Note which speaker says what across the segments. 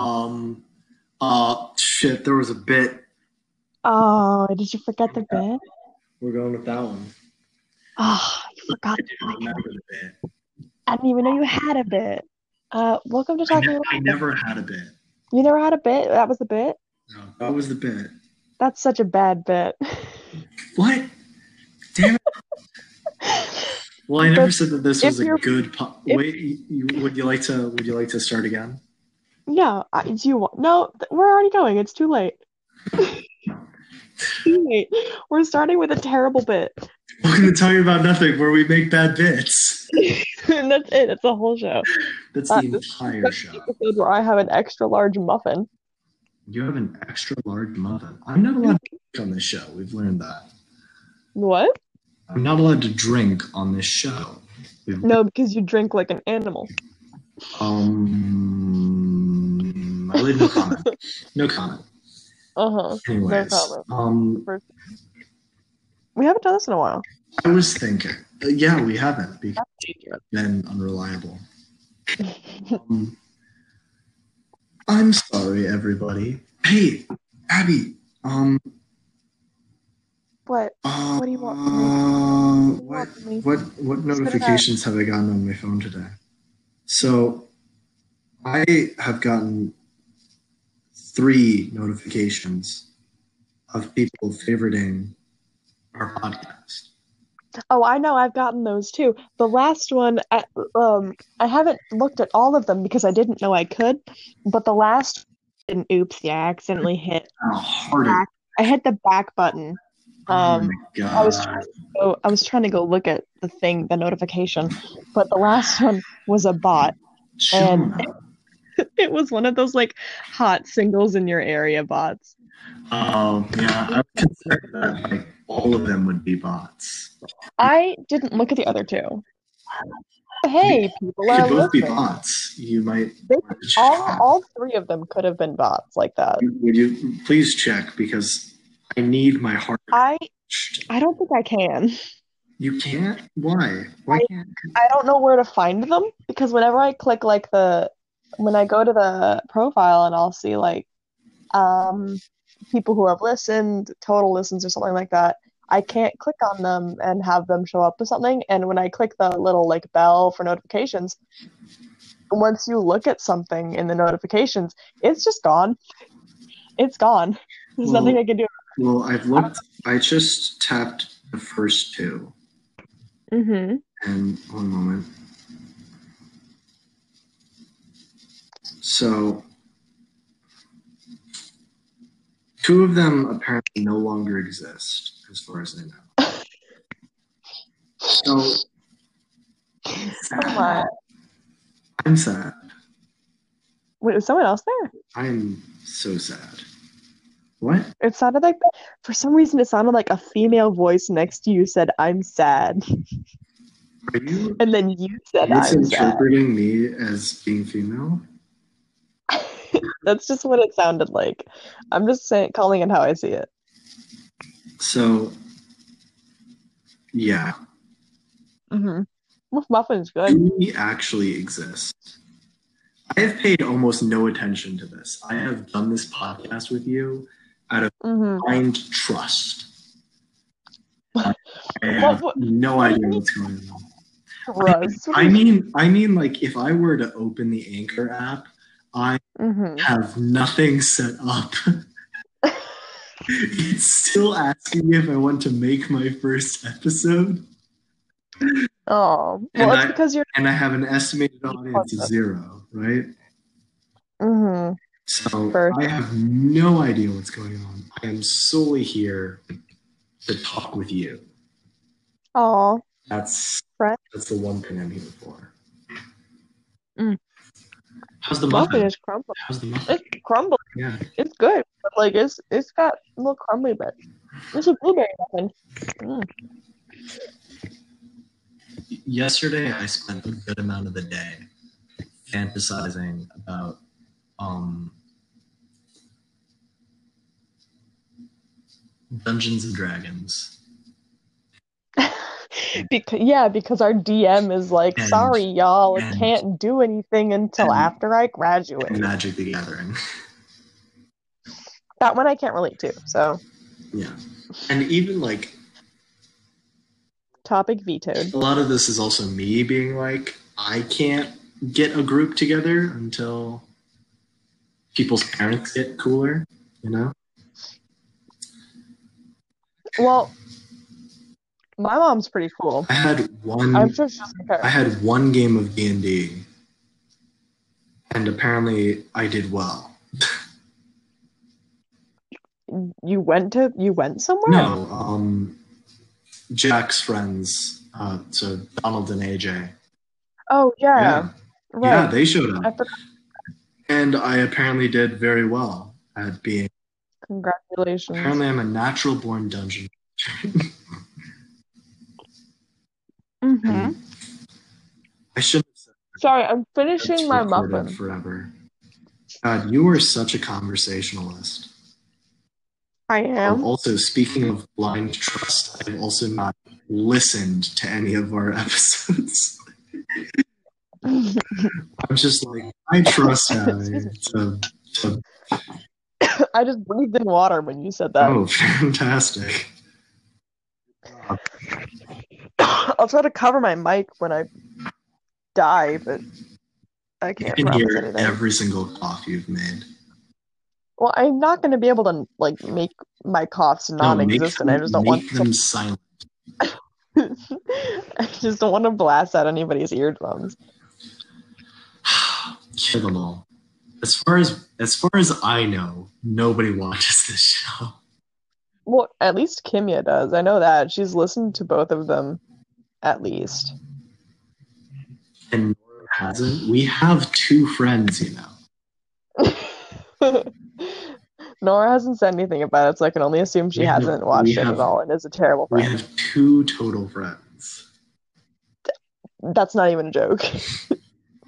Speaker 1: Um, uh, shit, there was a bit.
Speaker 2: Oh, did you forget the bit?
Speaker 1: We're going with that one.
Speaker 2: Oh, you forgot.
Speaker 1: I
Speaker 2: The
Speaker 1: didn't
Speaker 2: fucking-
Speaker 1: remember the bit.
Speaker 2: I didn't even know you had a bit. Uh, welcome to
Speaker 1: I,
Speaker 2: talking.
Speaker 1: ne- I
Speaker 2: About-
Speaker 1: never had a bit.
Speaker 2: you never had a bit. That was the bit.
Speaker 1: No, that was the bit.
Speaker 2: That's such a bad bit.
Speaker 1: What? Damn it. Well, I never
Speaker 2: But
Speaker 1: said that this
Speaker 2: if
Speaker 1: was a
Speaker 2: you're-
Speaker 1: good. Po-
Speaker 2: if-
Speaker 1: Wait, you, you- would you like to? Would you like to start again?
Speaker 2: no, I, do you want? No, th- we're already going. It's too late. too late. We're starting with a terrible bit.
Speaker 1: Welcome to Tell You About Nothing, where we make bad bits.
Speaker 2: and that's it. That's the whole show.
Speaker 1: That's
Speaker 2: Uh,
Speaker 1: the entire
Speaker 2: that's
Speaker 1: show.
Speaker 2: Episode where I have an extra large muffin.
Speaker 1: You have an extra large muffin. I'm not allowed to drink on this show. We've learned that.
Speaker 2: What?
Speaker 1: I'm not allowed to drink on this show. We've,
Speaker 2: No, because you drink like an animal.
Speaker 1: Um, I leave no comment. No comment.
Speaker 2: Uh huh.
Speaker 1: Anyways,
Speaker 2: comment.
Speaker 1: um,
Speaker 2: We haven't done this in a while.
Speaker 1: I was thinking. uh, yeah, we haven't because we've been unreliable. Um, I'm sorry, everybody. Hey, Abby. Um.
Speaker 2: What?
Speaker 1: Uh,
Speaker 2: What do you want
Speaker 1: Uh, what?
Speaker 2: What?
Speaker 1: What what
Speaker 2: Let's go to that.
Speaker 1: notifications have I gotten on my phone today? So I have gotten three notifications of people favoriting our podcast.
Speaker 2: Oh, I know. I've gotten those too. The last one, I, um, I haven't looked at all of them because I didn't know I could. But the last, and oops, yeah, I accidentally hit.
Speaker 1: Oh, harder.
Speaker 2: I hit the back button.
Speaker 1: oh
Speaker 2: Um,
Speaker 1: my god.
Speaker 2: I was trying to go, I was trying to go look at the thing, the notification, but the last one was a bot. and-
Speaker 1: Jonah.
Speaker 2: It was one of those like hot singles in your area bots.
Speaker 1: Oh yeah, I was concerned that like all of them would be bots.
Speaker 2: I didn't look at the other two. Hey, people
Speaker 1: They
Speaker 2: are
Speaker 1: could both be
Speaker 2: listening.
Speaker 1: bots. You might
Speaker 2: They- All, all three of them could have been bots like that.
Speaker 1: Would you please check because I need my heart.
Speaker 2: I I don't think I can.
Speaker 1: You can't. Why? Why can't?
Speaker 2: I don't know where to find them because whenever I click like the when I go to the profile and I'll see like um people who have listened, total listens or something like that, I can't click on them and have them show up with something. And when I click the little like bell for notifications, once you look at something in the notifications, it's just gone. It's gone. There's
Speaker 1: Well,
Speaker 2: nothing I can do.
Speaker 1: Well, I've looked. I just tapped the first two.
Speaker 2: Mm-hmm.
Speaker 1: And one moment. So, two of them apparently no longer exist, as far as I know. So,
Speaker 2: Come on.
Speaker 1: I'm sad.
Speaker 2: Wait, was someone else there?
Speaker 1: I'm so sad. What?
Speaker 2: It sounded like, for some reason, it sounded like a female voice next to you said, I'm sad.
Speaker 1: Are you
Speaker 2: And then you said, I'm sad.
Speaker 1: misinterpreting me as being female?
Speaker 2: That's just what it sounded like. I'm just saying, calling it how I see it.
Speaker 1: So, yeah,
Speaker 2: Mm-hmm. Muffin's good.
Speaker 1: do we actually exist? I have paid almost no attention to this. I have done this podcast with you out of
Speaker 2: Mm-hmm.
Speaker 1: blind trust. I
Speaker 2: What-
Speaker 1: have
Speaker 2: what-
Speaker 1: no
Speaker 2: what do
Speaker 1: idea
Speaker 2: you mean?
Speaker 1: what's going on.
Speaker 2: Gross.
Speaker 1: I mean, I mean, like if I were to open the Anchor app, I
Speaker 2: Mhm.
Speaker 1: have nothing set up. it's still asking me if I want to make my first episode.
Speaker 2: Oh,
Speaker 1: And
Speaker 2: well, it's
Speaker 1: I-
Speaker 2: because you're.
Speaker 1: and I have an estimated audience of zero, right?
Speaker 2: Mm-hmm.
Speaker 1: So
Speaker 2: First.
Speaker 1: I have no idea what's going on. I am solely here to talk with you.
Speaker 2: Oh,
Speaker 1: That's
Speaker 2: Right.
Speaker 1: that's the one thing I'm here for.
Speaker 2: Mm.
Speaker 1: How's the
Speaker 2: muffin
Speaker 1: muffin?
Speaker 2: is crumbling.
Speaker 1: How's the muffin?
Speaker 2: It's crumbly.
Speaker 1: Yeah.
Speaker 2: It's good, but like it's it's got a little crumbly bit. It's a blueberry muffin. Mm.
Speaker 1: Yesterday I spent a good amount of the day fantasizing about um Dungeons and Dragons.
Speaker 2: because yeah, because our DM is like,
Speaker 1: And-
Speaker 2: sorry y'all, I
Speaker 1: and-
Speaker 2: can't do anything until
Speaker 1: and-
Speaker 2: after I graduate.
Speaker 1: and Magic the Gathering.
Speaker 2: That one I can't relate to. So
Speaker 1: Yeah. And even like
Speaker 2: topic vetoed.
Speaker 1: a lot of this is also me being like, I can't get a group together until people's parents get cooler, you know?
Speaker 2: Well, my mom's pretty cool.
Speaker 1: I had one
Speaker 2: I'm sure she's okay.
Speaker 1: I had one game of D and D, and apparently I did well.
Speaker 2: You went to you went somewhere?
Speaker 1: No, um, Jack's friends, uh, so Donald and AJ.
Speaker 2: Oh yeah, right.
Speaker 1: yeah, they showed
Speaker 2: I
Speaker 1: up,
Speaker 2: forgot.
Speaker 1: and I apparently did very well at being.
Speaker 2: Congratulations.
Speaker 1: Apparently, I'm a natural born dungeon.
Speaker 2: hmm
Speaker 1: I shouldn't have said
Speaker 2: Sorry, I'm
Speaker 1: that's
Speaker 2: finishing my
Speaker 1: recorded
Speaker 2: muffin.
Speaker 1: forever. God, you are such a conversationalist.
Speaker 2: I
Speaker 1: Um,
Speaker 2: am.
Speaker 1: also, speaking of blind trust, I've also not listened to any of our episodes. I'm just like, I trust Allie
Speaker 2: Excuse me.
Speaker 1: to, to-
Speaker 2: I just breathed in water when you said that.
Speaker 1: oh, fantastic.
Speaker 2: I'll try to cover my mic when I die, but I
Speaker 1: You
Speaker 2: can't
Speaker 1: can
Speaker 2: promise
Speaker 1: hear
Speaker 2: anything.
Speaker 1: every single cough you've made.
Speaker 2: well, I'm not going to be able to like make my coughs
Speaker 1: No, make
Speaker 2: non-existent.
Speaker 1: them-
Speaker 2: I just don't
Speaker 1: make
Speaker 2: want
Speaker 1: them silent.
Speaker 2: to. I just don't want to blast out anybody's eardrums.
Speaker 1: Kill them all. As far as as far as I know, nobody watches this show.
Speaker 2: Well, at least Kimya does. I know that she's listened to both of them, at least.
Speaker 1: and Nora hasn't. We have two friends, you know.
Speaker 2: Nora hasn't said anything about it, so I can only assume she
Speaker 1: We have-
Speaker 2: hasn't
Speaker 1: we
Speaker 2: watched it
Speaker 1: have-
Speaker 2: at all and is a terrible
Speaker 1: We
Speaker 2: friend.
Speaker 1: have two total friends.
Speaker 2: That's not even a joke.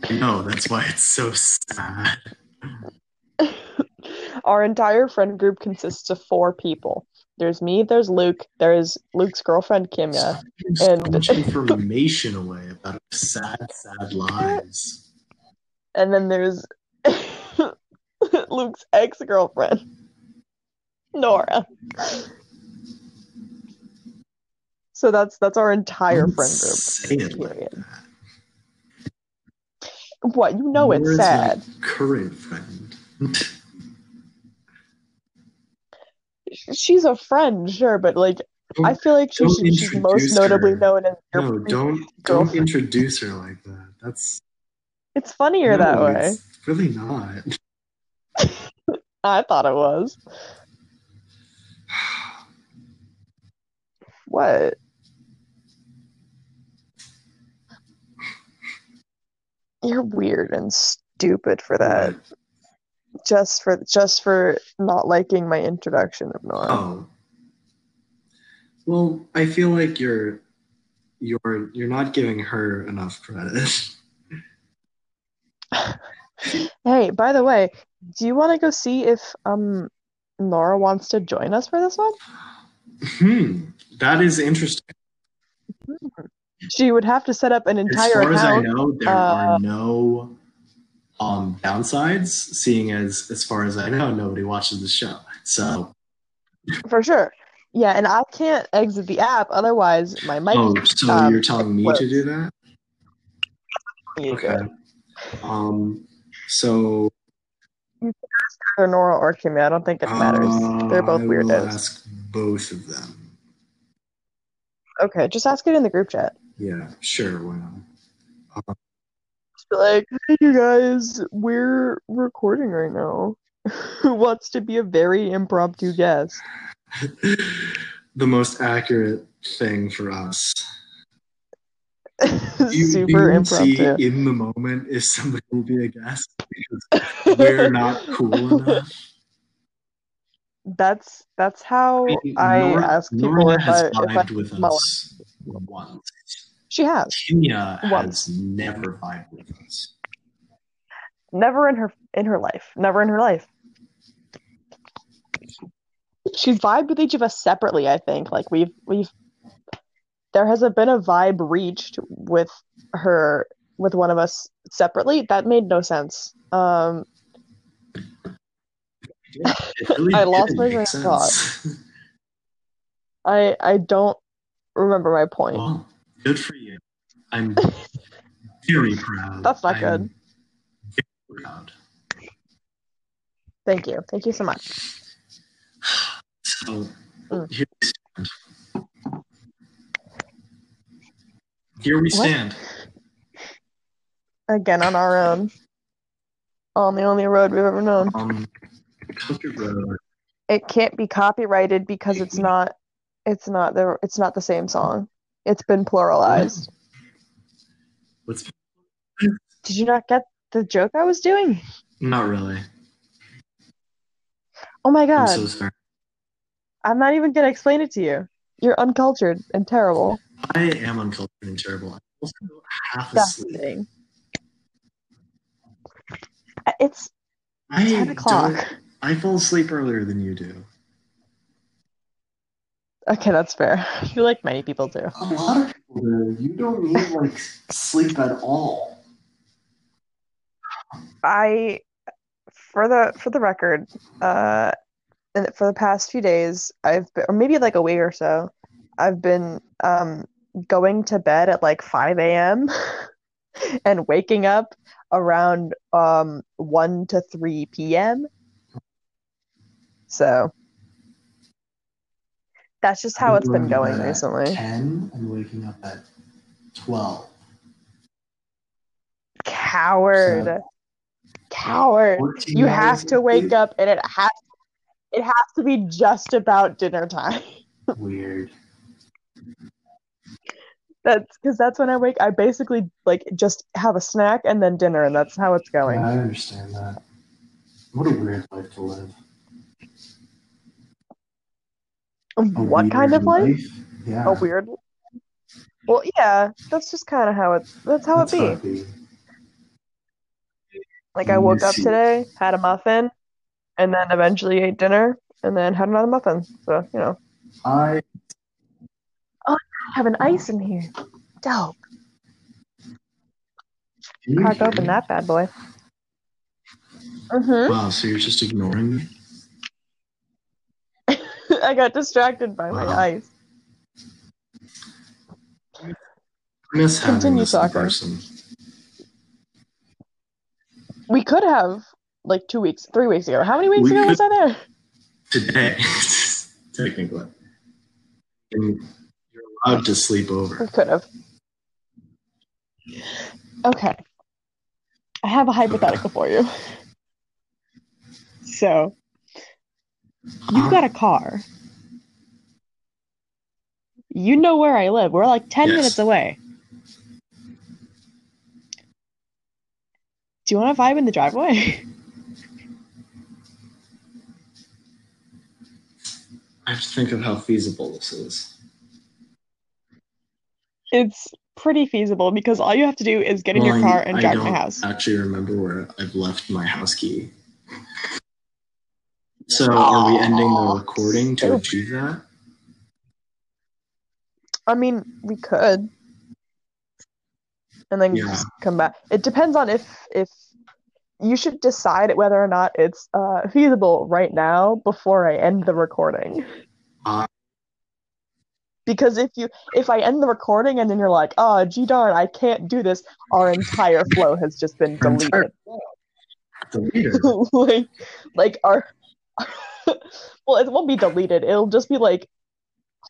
Speaker 1: I know that's why it's so sad.
Speaker 2: Our entire friend group consists of four people. There's me, there's Luke, there's Luke's girlfriend Kimya.
Speaker 1: Stop giving so
Speaker 2: And-
Speaker 1: much information away about our sad, sad lives.
Speaker 2: and then there's Luke's ex girlfriend, Nora. So that's that's our entire
Speaker 1: Don't
Speaker 2: friend
Speaker 1: say
Speaker 2: group.
Speaker 1: it like
Speaker 2: Period.
Speaker 1: that.
Speaker 2: What you know, it's
Speaker 1: Nora's
Speaker 2: sad.
Speaker 1: my current friend.
Speaker 2: She's a friend, sure, but like I feel like she,
Speaker 1: Don't
Speaker 2: should- she's most
Speaker 1: introduce
Speaker 2: notably
Speaker 1: her.
Speaker 2: known as your
Speaker 1: No,
Speaker 2: pre-
Speaker 1: don't don't
Speaker 2: girlfriend.
Speaker 1: introduce her like that. That's
Speaker 2: It's funnier
Speaker 1: no,
Speaker 2: that way.
Speaker 1: it's Really not.
Speaker 2: I thought it was. What? You're weird and stupid for that. Just for just for not liking my introduction of Nora.
Speaker 1: Oh. Well, I feel like you're you're you're not giving her enough credit.
Speaker 2: Hey, by the way, do you want to go see if um Nora wants to join us for this one?
Speaker 1: hmm. That is interesting.
Speaker 2: She would have to set up an
Speaker 1: As
Speaker 2: entire
Speaker 1: far as I
Speaker 2: account.
Speaker 1: know, there
Speaker 2: uh,
Speaker 1: are no um downsides, seeing as as far as I know, nobody watches the show. So
Speaker 2: For sure. Yeah, and I can't exit the app, otherwise my mic
Speaker 1: Oh, so
Speaker 2: um,
Speaker 1: you're telling me to do that?
Speaker 2: is
Speaker 1: Okay. Um so
Speaker 2: either Nora or Kimmy. I don't think it matters.
Speaker 1: uh,
Speaker 2: They're both
Speaker 1: I will
Speaker 2: weirdos.
Speaker 1: ask both of them.
Speaker 2: Okay, just ask it in the group chat.
Speaker 1: Yeah, sure, why not?
Speaker 2: Just be like, hey you guys, we're recording right now. Who wants to be a very impromptu guest?
Speaker 1: the most accurate thing for us.
Speaker 2: Super
Speaker 1: you
Speaker 2: impromptu.
Speaker 1: see in the moment if somebody will be a guest because we're not cool enough.
Speaker 2: That's that's how I
Speaker 1: Nora-
Speaker 2: ask people
Speaker 1: Nora
Speaker 2: if
Speaker 1: has
Speaker 2: I if I
Speaker 1: vibed with
Speaker 2: smell
Speaker 1: us once.
Speaker 2: she has
Speaker 1: Kenya
Speaker 2: Once.
Speaker 1: has never vibed with us.
Speaker 2: never in her in her life never in her life. She's vibed with each of us separately. I think like we've we've there hasn't been a vibe reached with her with one of us separately. That made no sense. Um,
Speaker 1: Yeah, it really
Speaker 2: I lost
Speaker 1: didn't
Speaker 2: my
Speaker 1: make
Speaker 2: train of
Speaker 1: sense.
Speaker 2: I I don't remember my point.
Speaker 1: Well, good for you. I'm very proud.
Speaker 2: That's not
Speaker 1: I'm
Speaker 2: good.
Speaker 1: very proud.
Speaker 2: Thank you. Thank you so much.
Speaker 1: So
Speaker 2: Mm.
Speaker 1: here we stand. Here we
Speaker 2: What?
Speaker 1: stand.
Speaker 2: Again on our own. On the only road we've ever known.
Speaker 1: Um, country road.
Speaker 2: It can't be copyrighted because it's not it's not the it's not the same song. It's been pluralized.
Speaker 1: What's
Speaker 2: Did you not get the joke I was doing?
Speaker 1: not really.
Speaker 2: Oh my
Speaker 1: I'm
Speaker 2: god.
Speaker 1: so sorry.
Speaker 2: I'm not even gonna explain it to you. You're uncultured and terrible.
Speaker 1: I am uncultured and terrible. I'm also half asleep.
Speaker 2: Disgusting. It's
Speaker 1: I
Speaker 2: ten o'clock.
Speaker 1: don't- I fall asleep earlier than you do.
Speaker 2: Okay, that's fair. I feel like many people do.
Speaker 1: A lot of people do. You don't need like sleep at all.
Speaker 2: I, for the for the record, uh, and for the past few days, I've been, or maybe like a week or so, I've been um going to bed at like 5 a.m. and waking up around um 1 to 3 p.m. So that's just how it's been going recently.
Speaker 1: Ten and waking up at twelve.
Speaker 2: Coward. Coward.
Speaker 1: 14
Speaker 2: You
Speaker 1: hours
Speaker 2: have to
Speaker 1: of
Speaker 2: wake
Speaker 1: sleep?
Speaker 2: up and it has it has to be just about dinner time.
Speaker 1: Weird.
Speaker 2: That's because that's when I wake. I basically like just have a snack and then dinner, and that's how it's going.
Speaker 1: Yeah, I understand that. What a weird life to live. A
Speaker 2: Um, what
Speaker 1: weird
Speaker 2: kind of life? Oh,
Speaker 1: Yeah.
Speaker 2: A weird. Well, yeah, that's just kind of how it. That's how
Speaker 1: That's
Speaker 2: it be.
Speaker 1: how it be.
Speaker 2: Like I woke
Speaker 1: Yes,
Speaker 2: up
Speaker 1: you-
Speaker 2: today, had a muffin, and then eventually ate dinner, and then had another muffin. So you know,
Speaker 1: I
Speaker 2: I have an ice in here. Dope.
Speaker 1: can you
Speaker 2: Crack
Speaker 1: hear
Speaker 2: open
Speaker 1: me?
Speaker 2: that bad boy. Mm-hmm.
Speaker 1: Wow, so you're just ignoring me?
Speaker 2: I got distracted by my
Speaker 1: Wow.
Speaker 2: ice.
Speaker 1: I miss having
Speaker 2: Continue
Speaker 1: this in
Speaker 2: talking.
Speaker 1: person.
Speaker 2: We could have like two weeks, three weeks ago. How many weeks
Speaker 1: We
Speaker 2: ago
Speaker 1: could-
Speaker 2: was I there?
Speaker 1: Today, technically. And you're allowed to sleep
Speaker 2: We
Speaker 1: over.
Speaker 2: could have. Okay. I have a hypothetical for you. So, you've got a car. You know where I live. We're like 10
Speaker 1: Yes.
Speaker 2: minutes away. Do you want to vibe in the driveway?
Speaker 1: I have to think of how feasible this is.
Speaker 2: it's pretty feasible because all you have to do is get in
Speaker 1: Well,
Speaker 2: your
Speaker 1: I-
Speaker 2: car and
Speaker 1: I
Speaker 2: drive to my
Speaker 1: don't
Speaker 2: house.
Speaker 1: actually remember where I've left my house key. So are we ending the
Speaker 2: Aw.
Speaker 1: recording to
Speaker 2: Oops.
Speaker 1: achieve that?
Speaker 2: I mean, we could, and then
Speaker 1: Yeah.
Speaker 2: just come back. It depends on if if you should decide whether or not it's uh, feasible right now before I end the recording.
Speaker 1: Uh.
Speaker 2: Because if you if I end the recording and then you're like, oh gee darn, I can't do this, our entire flow has just been
Speaker 1: Our entire-
Speaker 2: deleted.
Speaker 1: Deleted.
Speaker 2: like, like our well, it won't be deleted. It'll just be like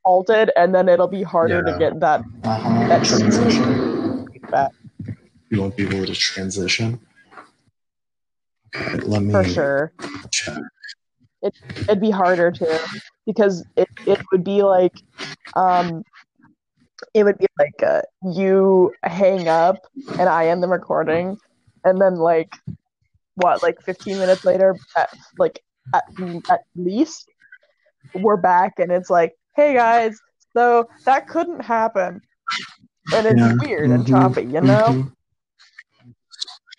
Speaker 2: halted, and then it'll be harder to
Speaker 1: Yeah.
Speaker 2: get that
Speaker 1: Uh-huh.
Speaker 2: That-
Speaker 1: transition.
Speaker 2: back.
Speaker 1: You won't be able to transition. Okay, let me
Speaker 2: for sure.
Speaker 1: check.
Speaker 2: It'd be harder to because it, it would be like um it would be like uh, you hang up and I end the recording and then like what like 15 minutes later at, like at, at least we're back and it's like hey guys so that couldn't happen and it's
Speaker 1: Yeah,
Speaker 2: weird and
Speaker 1: mhm,
Speaker 2: choppy you know
Speaker 1: Mhm.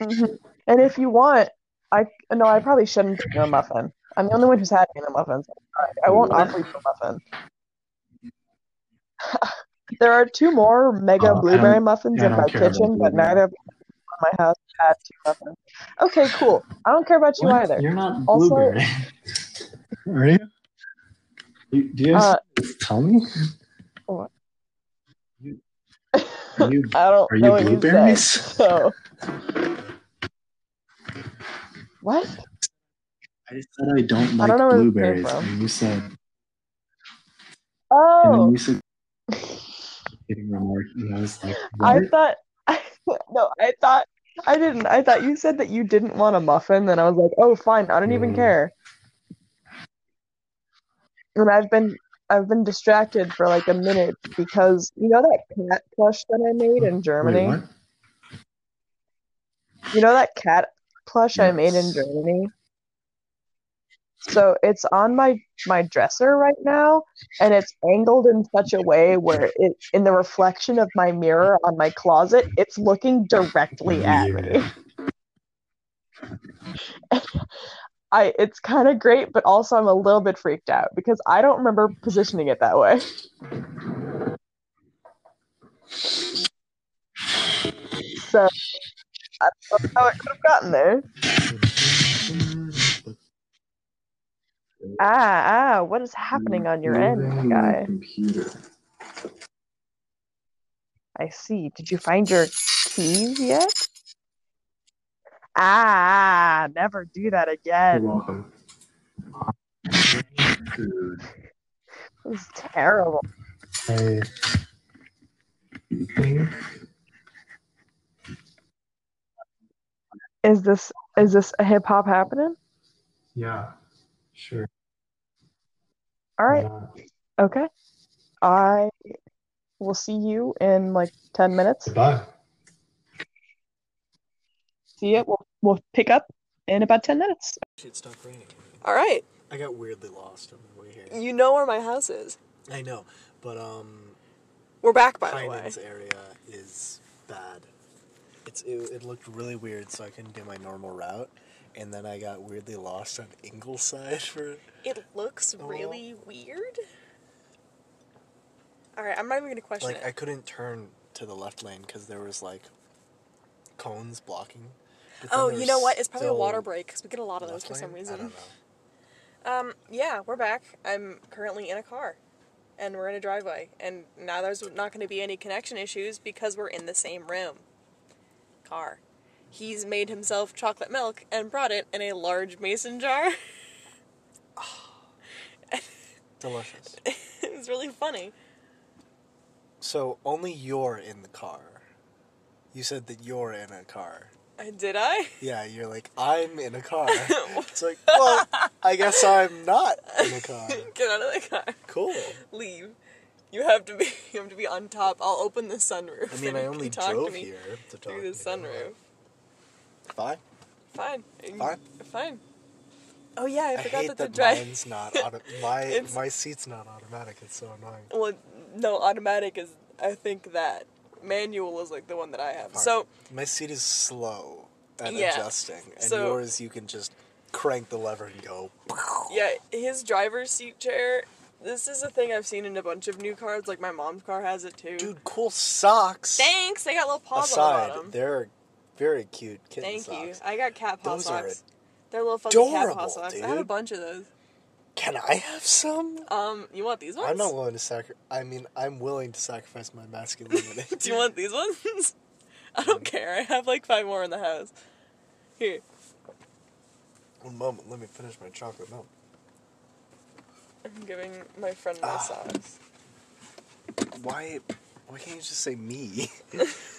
Speaker 3: Mm-hmm.
Speaker 2: Mhm. And if you want, I no, I probably shouldn't bring you a muffin. I'm the only one who's had me in a muffin. so I, I won't offer you a muffin.
Speaker 3: There are two more mega
Speaker 1: Oh, I
Speaker 3: blueberry
Speaker 1: don't-
Speaker 3: muffins
Speaker 1: I
Speaker 3: in
Speaker 1: don't
Speaker 3: my
Speaker 1: care about
Speaker 3: kitchen, but
Speaker 1: blueberry.
Speaker 3: neither of my house had two muffins. Okay, cool. I don't care about you
Speaker 1: What?
Speaker 3: either.
Speaker 1: You're not
Speaker 3: Also-
Speaker 1: blueberry.
Speaker 4: Are you?
Speaker 1: You- do you have
Speaker 3: Uh,
Speaker 1: tell me?
Speaker 5: Are you,
Speaker 3: I don't
Speaker 5: are
Speaker 3: know
Speaker 5: you
Speaker 3: what you
Speaker 5: blueberries?
Speaker 3: said. So what?
Speaker 1: I just said I don't
Speaker 3: I
Speaker 1: like
Speaker 3: don't know where this came
Speaker 1: blueberries.
Speaker 3: from.
Speaker 1: And you said and then
Speaker 3: Oh,
Speaker 1: you said getting remark and I was like,
Speaker 3: I
Speaker 1: what?
Speaker 3: thought. no, I thought I didn't. I thought you said that you didn't want a muffin, and I was like, oh, fine. I don't even
Speaker 1: Mm.
Speaker 3: care. And I've been I've been distracted for like a minute because you know that cat plush that I made in Germany.
Speaker 1: Wait, what?
Speaker 3: You know that cat plush I made in
Speaker 1: Yes.
Speaker 3: Germany? So it's on my my dresser right now and it's angled in such a way where it in the reflection of my mirror on my closet, it's looking directly at me.
Speaker 1: Weird.
Speaker 3: I it's kind of great, but also I'm a little bit freaked out because I don't remember positioning it that way. So I don't know how it could have gotten there. Ah, ah, what is happening on your end,
Speaker 1: Mm-hmm.
Speaker 3: guy?
Speaker 1: Computer.
Speaker 3: I see. Did you find your keys yet? Ah, never do that
Speaker 1: You're
Speaker 3: again.
Speaker 1: welcome. Dude,
Speaker 3: It was terrible.
Speaker 1: I-
Speaker 3: Is this is this a hip hop happening?
Speaker 1: Yeah, sure.
Speaker 3: All right.
Speaker 1: Yeah.
Speaker 3: Okay. I will see you in like 10 minutes.
Speaker 1: Goodbye.
Speaker 3: See ya. We'll, we'll pick up in about 10 minutes.
Speaker 4: Shit stopped raining.
Speaker 3: All right.
Speaker 4: I got weirdly lost on the way here.
Speaker 3: You know where my house is.
Speaker 4: I know, but um,
Speaker 3: We're back, by the way.
Speaker 4: Pinan's area is bad. It's it, it looked really weird, so I couldn't do my normal route, and then I got weirdly lost on Ingleside for.
Speaker 2: It looks really weird. All right, I'm not even gonna question
Speaker 4: Like I
Speaker 2: it.
Speaker 4: couldn't turn to the left lane because there was like cones blocking. but then
Speaker 2: Oh,
Speaker 4: there
Speaker 2: you
Speaker 4: was
Speaker 2: know what? It's probably a
Speaker 4: still
Speaker 2: water break because we get a lot of those
Speaker 4: left
Speaker 2: for
Speaker 4: lane?
Speaker 2: some
Speaker 4: I don't
Speaker 2: reason.
Speaker 4: know.
Speaker 2: Um, yeah, we're back. I'm currently in a car, and we're in a driveway, and now there's not going to be any connection issues because we're in the same room. Car. He's made himself chocolate milk and brought it in a large mason jar.
Speaker 4: Delicious.
Speaker 2: it was really funny.
Speaker 4: So only you're in the car. You said that you're in a car.
Speaker 2: Uh, Did I?
Speaker 4: Yeah, you're like, I'm in a car. it's like, well, I guess I'm not in a car.
Speaker 2: Get out of the car.
Speaker 4: Cool.
Speaker 2: leave. You have to be. You have to be on top. I'll open the sunroof.
Speaker 4: I mean,
Speaker 2: and
Speaker 4: I
Speaker 2: you
Speaker 4: only
Speaker 2: talk
Speaker 4: drove
Speaker 2: to me
Speaker 4: here to talk
Speaker 2: through
Speaker 4: to
Speaker 2: the
Speaker 4: you.
Speaker 2: sunroof.
Speaker 4: Fine.
Speaker 2: Fine. You-
Speaker 4: Fine.
Speaker 2: Fine. Oh yeah, I
Speaker 4: I
Speaker 2: forgot
Speaker 4: hate
Speaker 2: that
Speaker 4: that,
Speaker 2: the
Speaker 4: mine's
Speaker 2: drive.
Speaker 4: not auto- my
Speaker 2: It's-
Speaker 4: my seat's not automatic. It's so annoying.
Speaker 2: Well, no, automatic is. I think that manual is like the one that I have.
Speaker 4: Fine.
Speaker 2: So
Speaker 4: my seat is slow at
Speaker 2: Yeah.
Speaker 4: adjusting, and
Speaker 2: So-
Speaker 4: yours you can just crank the lever and go.
Speaker 2: yeah, his driver's seat chair. This is a thing I've seen in a bunch of new cars. Like my mom's car has it too.
Speaker 4: Dude, cool socks.
Speaker 2: Thanks. They got little paws
Speaker 4: Aside,
Speaker 2: on the bottom.
Speaker 4: they're very cute kitten
Speaker 2: Thank you.
Speaker 4: socks.
Speaker 2: I got cat paw
Speaker 4: Those are
Speaker 2: socks. They're little fuzzy cat paw
Speaker 4: adorable,
Speaker 2: socks. I have a
Speaker 4: dude.
Speaker 2: bunch of those.
Speaker 4: Can I have some?
Speaker 2: Um, you want these ones?
Speaker 4: I'm not willing to sacrifice. I mean, I'm willing to sacrifice my masculinity.
Speaker 2: Do you want these ones? I
Speaker 4: Mm.
Speaker 2: don't care. I have like five more in the house. Here.
Speaker 4: One moment, let me finish my chocolate milk.
Speaker 2: I'm giving my friend my
Speaker 4: Ah.
Speaker 2: socks.
Speaker 4: Why? Why can't you just say me?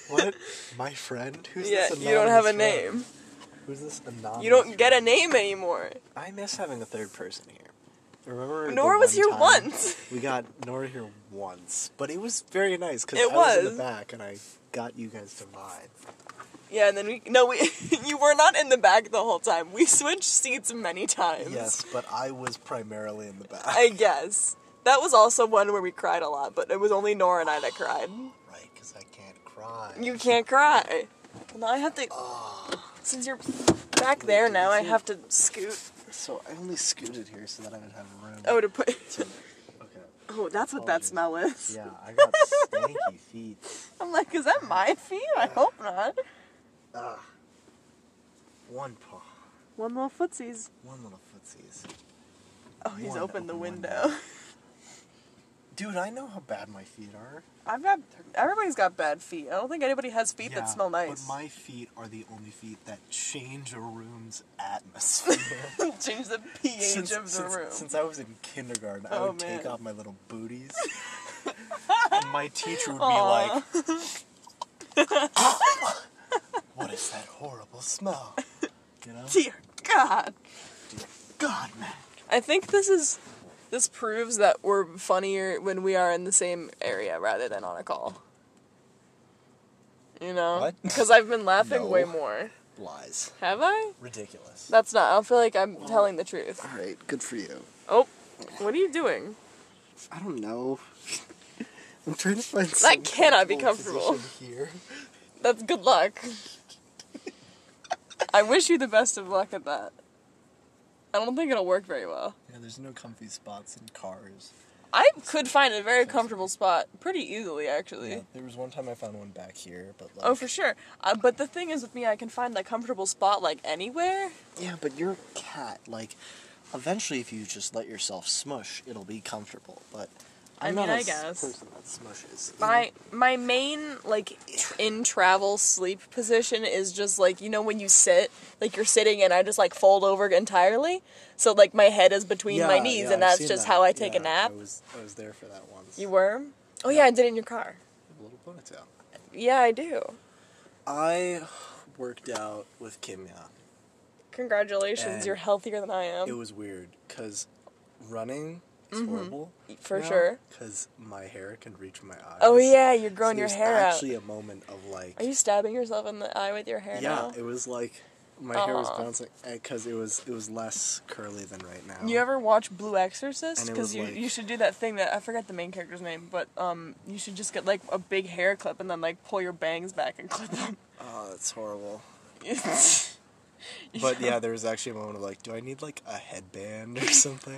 Speaker 4: what? My friend? Who's
Speaker 2: yeah,
Speaker 4: this?
Speaker 2: you don't have a
Speaker 4: anonymous
Speaker 2: name.
Speaker 4: friend? Who's this anonymous?
Speaker 2: You don't get a
Speaker 4: friend?
Speaker 2: name anymore.
Speaker 4: I miss having a third person here. Remember?
Speaker 2: Nora
Speaker 4: the
Speaker 2: was
Speaker 4: one
Speaker 2: here
Speaker 4: time
Speaker 2: once.
Speaker 4: We got Nora here once, but it was very nice because I
Speaker 2: It
Speaker 4: was in the
Speaker 2: was.
Speaker 4: back and I got you guys to vibe.
Speaker 2: Yeah, and then we no we you were not in the back the whole time. We switched seats many times.
Speaker 4: Yes, but I was primarily in the back.
Speaker 2: I guess. That was also one where we cried a lot, but it was only Nora and I that cried.
Speaker 4: Right, because I can't cry. Ah.
Speaker 2: You can't cry. Well, now I have to. Since you're back there now, I have to scoot.
Speaker 4: So I only scooted here so that I would have room.
Speaker 2: Oh, to put.
Speaker 4: To, okay.
Speaker 2: Oh, that's what that
Speaker 4: Apologies.
Speaker 2: smell is.
Speaker 4: Yeah, I got stanky feet.
Speaker 2: I'm like, is that my feet? I hope not.
Speaker 4: Ugh. One paw.
Speaker 2: One little footsies.
Speaker 4: One little footsies.
Speaker 2: Oh, he's
Speaker 4: One
Speaker 2: opened the
Speaker 4: open
Speaker 2: window.
Speaker 4: Dude, I know how bad my feet are.
Speaker 2: I've got. Everybody's got bad feet. I don't think anybody has feet
Speaker 4: Yeah,
Speaker 2: that smell nice.
Speaker 4: But my feet are the only feet that change a room's atmosphere.
Speaker 2: Change the pH of the
Speaker 4: since,
Speaker 2: room.
Speaker 4: since I was in kindergarten, I
Speaker 2: Oh,
Speaker 4: would
Speaker 2: man.
Speaker 4: take off my little booties. and my teacher would be
Speaker 2: Aw.
Speaker 4: like, What is that horrible smell? You know?
Speaker 2: Dear God.
Speaker 4: God, man.
Speaker 2: I think this is. This proves that we're funnier when we are in the same area rather than on a call. You know?
Speaker 4: What?
Speaker 2: Because I've been laughing
Speaker 4: No.
Speaker 2: way more.
Speaker 4: Lies.
Speaker 2: Have I?
Speaker 4: Ridiculous.
Speaker 2: That's not. I don't feel like I'm telling the truth.
Speaker 4: Alright, good for you.
Speaker 2: Oh, what are you doing?
Speaker 4: I don't know. I'm trying to find
Speaker 2: That cannot be comfortable.
Speaker 4: position here.
Speaker 2: That's good luck. I wish you the best of luck at that. I don't think it'll work very well.
Speaker 4: Yeah, there's no comfy spots in cars.
Speaker 2: I could find a very comfortable spot pretty easily, actually.
Speaker 4: Yeah, there was one time I found one back here, but like
Speaker 2: Oh, for sure. Uh, but the thing is, with me, I can find that comfortable spot like anywhere.
Speaker 4: Yeah, but you're a cat. Like, eventually, if you just let yourself smush, it'll be comfortable. But
Speaker 2: I
Speaker 4: I'm
Speaker 2: mean,
Speaker 4: not a
Speaker 2: I
Speaker 4: s-
Speaker 2: guess.
Speaker 4: person that smushes. you
Speaker 2: My my main like in travel sleep position is just like you know when you sit like you're sitting and I just like fold over entirely so like my head is between
Speaker 4: know?
Speaker 2: my
Speaker 4: Yeah,
Speaker 2: knees and
Speaker 4: yeah, I've
Speaker 2: that's
Speaker 4: seen
Speaker 2: just
Speaker 4: that.
Speaker 2: how I take
Speaker 4: Yeah,
Speaker 2: a nap.
Speaker 4: I was, I was there for that once.
Speaker 2: You were? Oh yeah, I did it in your car.
Speaker 4: a little ponytail.
Speaker 2: Yeah, I do.
Speaker 4: I worked out with Kimya.
Speaker 2: Congratulations,
Speaker 4: And
Speaker 2: you're healthier than I
Speaker 4: It
Speaker 2: am.
Speaker 4: was weird because running is horrible
Speaker 2: Mm-hmm. For sure.
Speaker 4: Because my hair can reach my eyes.
Speaker 2: Oh yeah, you're
Speaker 4: So
Speaker 2: growing your
Speaker 4: there's
Speaker 2: hair
Speaker 4: Actually, a moment of like.
Speaker 2: out. Are you stabbing yourself in the eye with your hair
Speaker 4: Yeah,
Speaker 2: now?
Speaker 4: it was like my hair was
Speaker 2: Aw.
Speaker 4: bouncing because it was it was less curly than right now.
Speaker 2: You ever watch Blue Exorcist?
Speaker 4: And it
Speaker 2: Because
Speaker 4: was
Speaker 2: you,
Speaker 4: like-
Speaker 2: you should do that thing that I forgot the main character's name, but um you should just get like a big hair clip and then like pull your bangs back and clip them.
Speaker 4: Oh, that's horrible.
Speaker 2: You
Speaker 4: But
Speaker 2: should-
Speaker 4: yeah, there was actually a moment of like, do I need like a headband or something?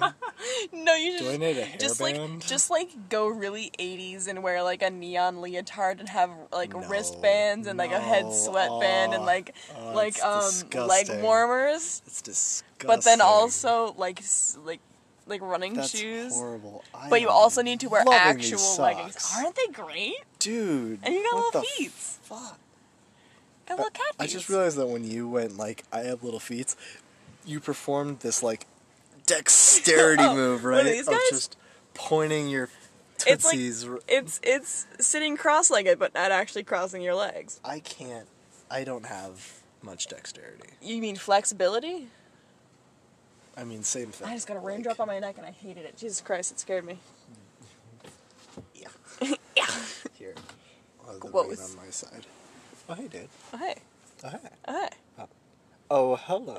Speaker 2: no, you should
Speaker 4: do I need a hairband?
Speaker 2: just like just like go really 80s and wear like a neon leotard and have like
Speaker 4: No,
Speaker 2: wristbands and like a head
Speaker 4: no,
Speaker 2: sweatband and
Speaker 4: aw,
Speaker 2: like
Speaker 4: aw,
Speaker 2: like
Speaker 4: it's
Speaker 2: um leg
Speaker 4: disgusting.
Speaker 2: warmers
Speaker 4: it's disgusting.
Speaker 2: but then also like s- like like running
Speaker 4: that's
Speaker 2: shoes
Speaker 4: horrible. I
Speaker 2: but you
Speaker 4: am
Speaker 2: also need to wear
Speaker 4: loving these
Speaker 2: actual leggings
Speaker 4: socks.
Speaker 2: aren't they great
Speaker 4: dude.
Speaker 2: and you got
Speaker 4: what
Speaker 2: little
Speaker 4: the
Speaker 2: feet
Speaker 4: Fuck.
Speaker 2: got little cat
Speaker 4: I
Speaker 2: feet
Speaker 4: just realized that when you went like I have little feet, you performed this like dexterity
Speaker 2: Oh,
Speaker 4: move,
Speaker 2: one of
Speaker 4: right?
Speaker 2: these guys?
Speaker 4: just pointing your
Speaker 2: It's like-
Speaker 4: tootsies. r-
Speaker 2: it's it's sitting cross-legged but not actually crossing your legs
Speaker 4: I can't. I don't have much dexterity.
Speaker 2: you mean flexibility
Speaker 4: I mean, same thing.
Speaker 2: i just got a raindrop on my neck and i hated it jesus christ it scared me
Speaker 4: Yeah.
Speaker 2: yeah
Speaker 4: Here. Oh, the
Speaker 2: Gross.
Speaker 4: rain on my side. Oh, hey, dude.
Speaker 2: oh, hey
Speaker 4: Oh, hey.
Speaker 2: oh, hey
Speaker 4: Oh, hello.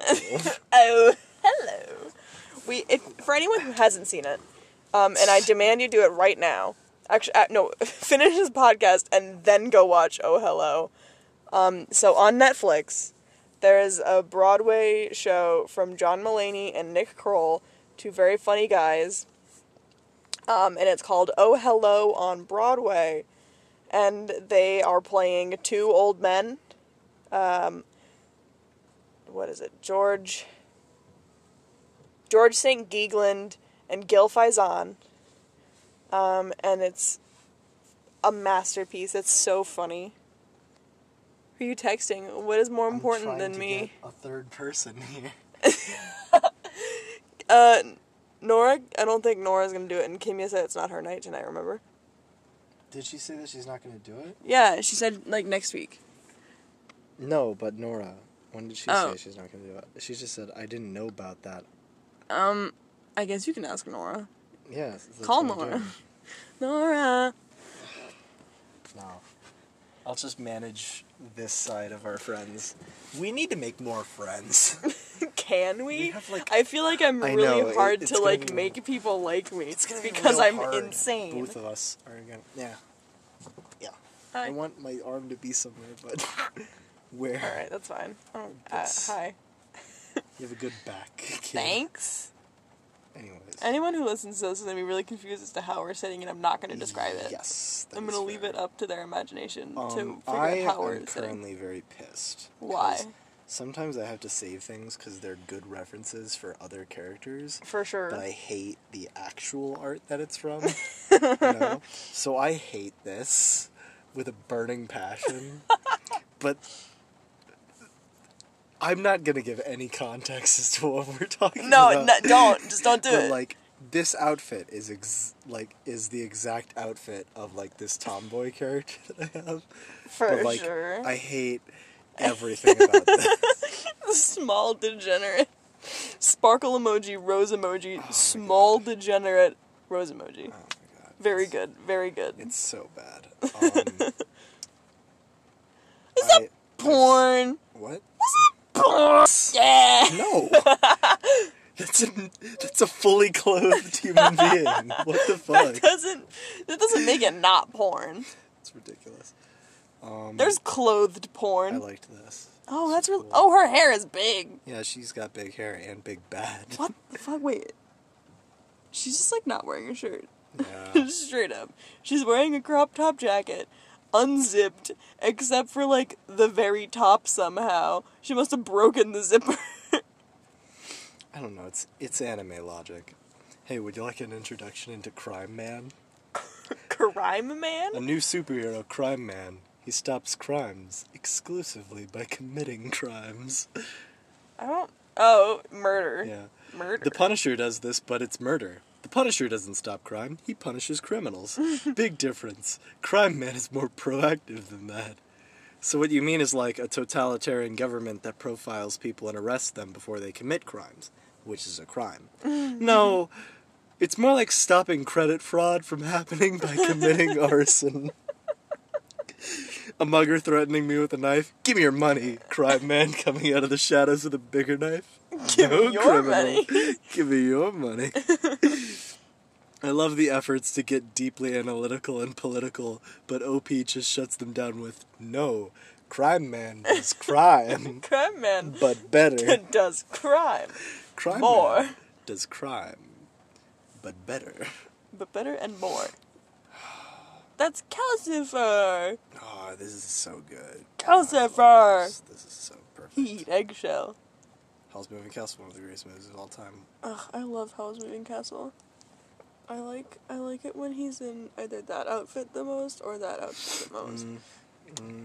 Speaker 2: Oh, hello. We, if, for anyone who hasn't seen it, um, and I demand you do it right now. Actually, uh, no, finish this podcast and then go watch Oh Hello. Um, so on Netflix, there is a Broadway show from John Mulaney and Nick Kroll, two very funny guys. Um, and it's called Oh Hello on Broadway, and they are playing two old men um, what is it, George George St. Geegland and Gil Faison. Um, and it's a masterpiece. It's so funny. Who are you texting? What is more important than me?
Speaker 4: a third person here.
Speaker 2: Uh, Nora? I don't think Nora's gonna do it. And Kimya said it's not her night tonight, remember?
Speaker 4: Did she say that she's not going to do it?
Speaker 2: Yeah, she said like next week.
Speaker 4: No, but Nora. When did she
Speaker 2: Oh.
Speaker 4: say she's not going to do it? She just said, I didn't know about that.
Speaker 2: Um, I guess you can ask Nora.
Speaker 4: Yeah. that's
Speaker 2: Call
Speaker 4: what I'm
Speaker 2: Nora.
Speaker 4: doing.
Speaker 2: Nora!
Speaker 4: No. I'll just manage this side of our friends. We need to make more friends.
Speaker 2: Can we?
Speaker 4: We have, like-
Speaker 2: I feel like I'm
Speaker 4: I
Speaker 2: really
Speaker 4: know, it-
Speaker 2: hard
Speaker 4: it's
Speaker 2: to
Speaker 4: gonna
Speaker 2: like
Speaker 4: be-
Speaker 2: make people like me
Speaker 4: It's gonna be
Speaker 2: because
Speaker 4: real
Speaker 2: I'm
Speaker 4: hard.
Speaker 2: insane.
Speaker 4: Both of us are gonna. Yeah. Yeah. I,
Speaker 2: Hi.
Speaker 4: want my arm to be somewhere, but where?
Speaker 2: All right, that's fine. Oh, uh,
Speaker 4: This-
Speaker 2: hi.
Speaker 4: You have a good back. Kid.
Speaker 2: Thanks.
Speaker 4: I Anyways.
Speaker 2: Anyone who listens to this is gonna be really confused as to how we're sitting, and I'm not gonna describe it.
Speaker 4: Yes. that
Speaker 2: I'm
Speaker 4: is
Speaker 2: gonna leave
Speaker 4: fair.
Speaker 2: it up to their imagination to figure
Speaker 4: Um, I
Speaker 2: out how we're
Speaker 4: am
Speaker 2: sitting.
Speaker 4: currently very pissed.
Speaker 2: Why?
Speaker 4: 'cause Sometimes I have to save things because they're good references for other characters,
Speaker 2: For sure.
Speaker 4: but I hate the actual art that it's from. you know? So I hate this with a burning passion. but I'm not gonna give any context as to what we're talking
Speaker 2: No,
Speaker 4: about.
Speaker 2: no, don't. Just don't do
Speaker 4: But
Speaker 2: it.
Speaker 4: like this outfit is ex- like is the exact outfit of like this tomboy character that I have.
Speaker 2: for
Speaker 4: but like
Speaker 2: sure.
Speaker 4: I hate everything about this.
Speaker 2: small degenerate. Sparkle emoji, rose emoji, small degenerate, rose emoji.
Speaker 4: oh my god.
Speaker 2: Very good, very good.
Speaker 4: It's so bad. Um,
Speaker 2: Is that
Speaker 4: I-
Speaker 2: porn?
Speaker 4: what?
Speaker 2: Porn. Yeah.
Speaker 4: No. that's a that's a fully clothed human being. What the fuck?
Speaker 2: That doesn't that doesn't make it not porn.
Speaker 4: It's ridiculous. Um,
Speaker 2: There's clothed
Speaker 4: I
Speaker 2: porn.
Speaker 4: liked this.
Speaker 2: oh, that's real.
Speaker 4: cool.
Speaker 2: Oh, her hair is big.
Speaker 4: Yeah, she's got big hair and big bad.
Speaker 2: What the fuck? Wait. She's just like not wearing a shirt.
Speaker 4: Yeah.
Speaker 2: Straight up. She's wearing a crop top jacket, unzipped, except for like the very top somehow. She must have broken the zipper.
Speaker 4: I don't know. It's it's anime logic. Hey, would you like an introduction into Crime Man?
Speaker 2: Crime
Speaker 4: A
Speaker 2: man?
Speaker 4: new superhero, Crime Man. He stops crimes exclusively by committing crimes.
Speaker 2: I don't. Oh, murder.
Speaker 4: Yeah.
Speaker 2: Murder.
Speaker 4: The Punisher does this, but it's murder. The Punisher doesn't stop crime, he punishes criminals. Big difference. Crime Man is more proactive than that. So, what you mean is like a totalitarian government that profiles people and arrests them before they commit crimes, which is a crime. no, it's more like stopping credit fraud from happening by committing arson. A mugger threatening me with a knife? Give me your money, crime man coming out of the shadows with a bigger knife.
Speaker 2: Give me your money.
Speaker 4: Give me your money. I love the efforts to get deeply analytical and political, but OP just shuts them down with no. Crime man does crime,
Speaker 2: crime man
Speaker 4: but better.
Speaker 2: does crime,
Speaker 4: Crime
Speaker 2: more.
Speaker 4: man does crime, but better.
Speaker 2: but better and more. That's Calcifer.
Speaker 4: Oh, this is so good.
Speaker 2: Calcifer.
Speaker 4: I love This This is so
Speaker 2: He
Speaker 4: perfect.
Speaker 2: eat eggshell.
Speaker 4: Hell's Moving Castle, one of the greatest movies of all time.
Speaker 2: Ugh, I love Howl's Moving Castle. I like I like it when he's in either that outfit the most or that outfit the most.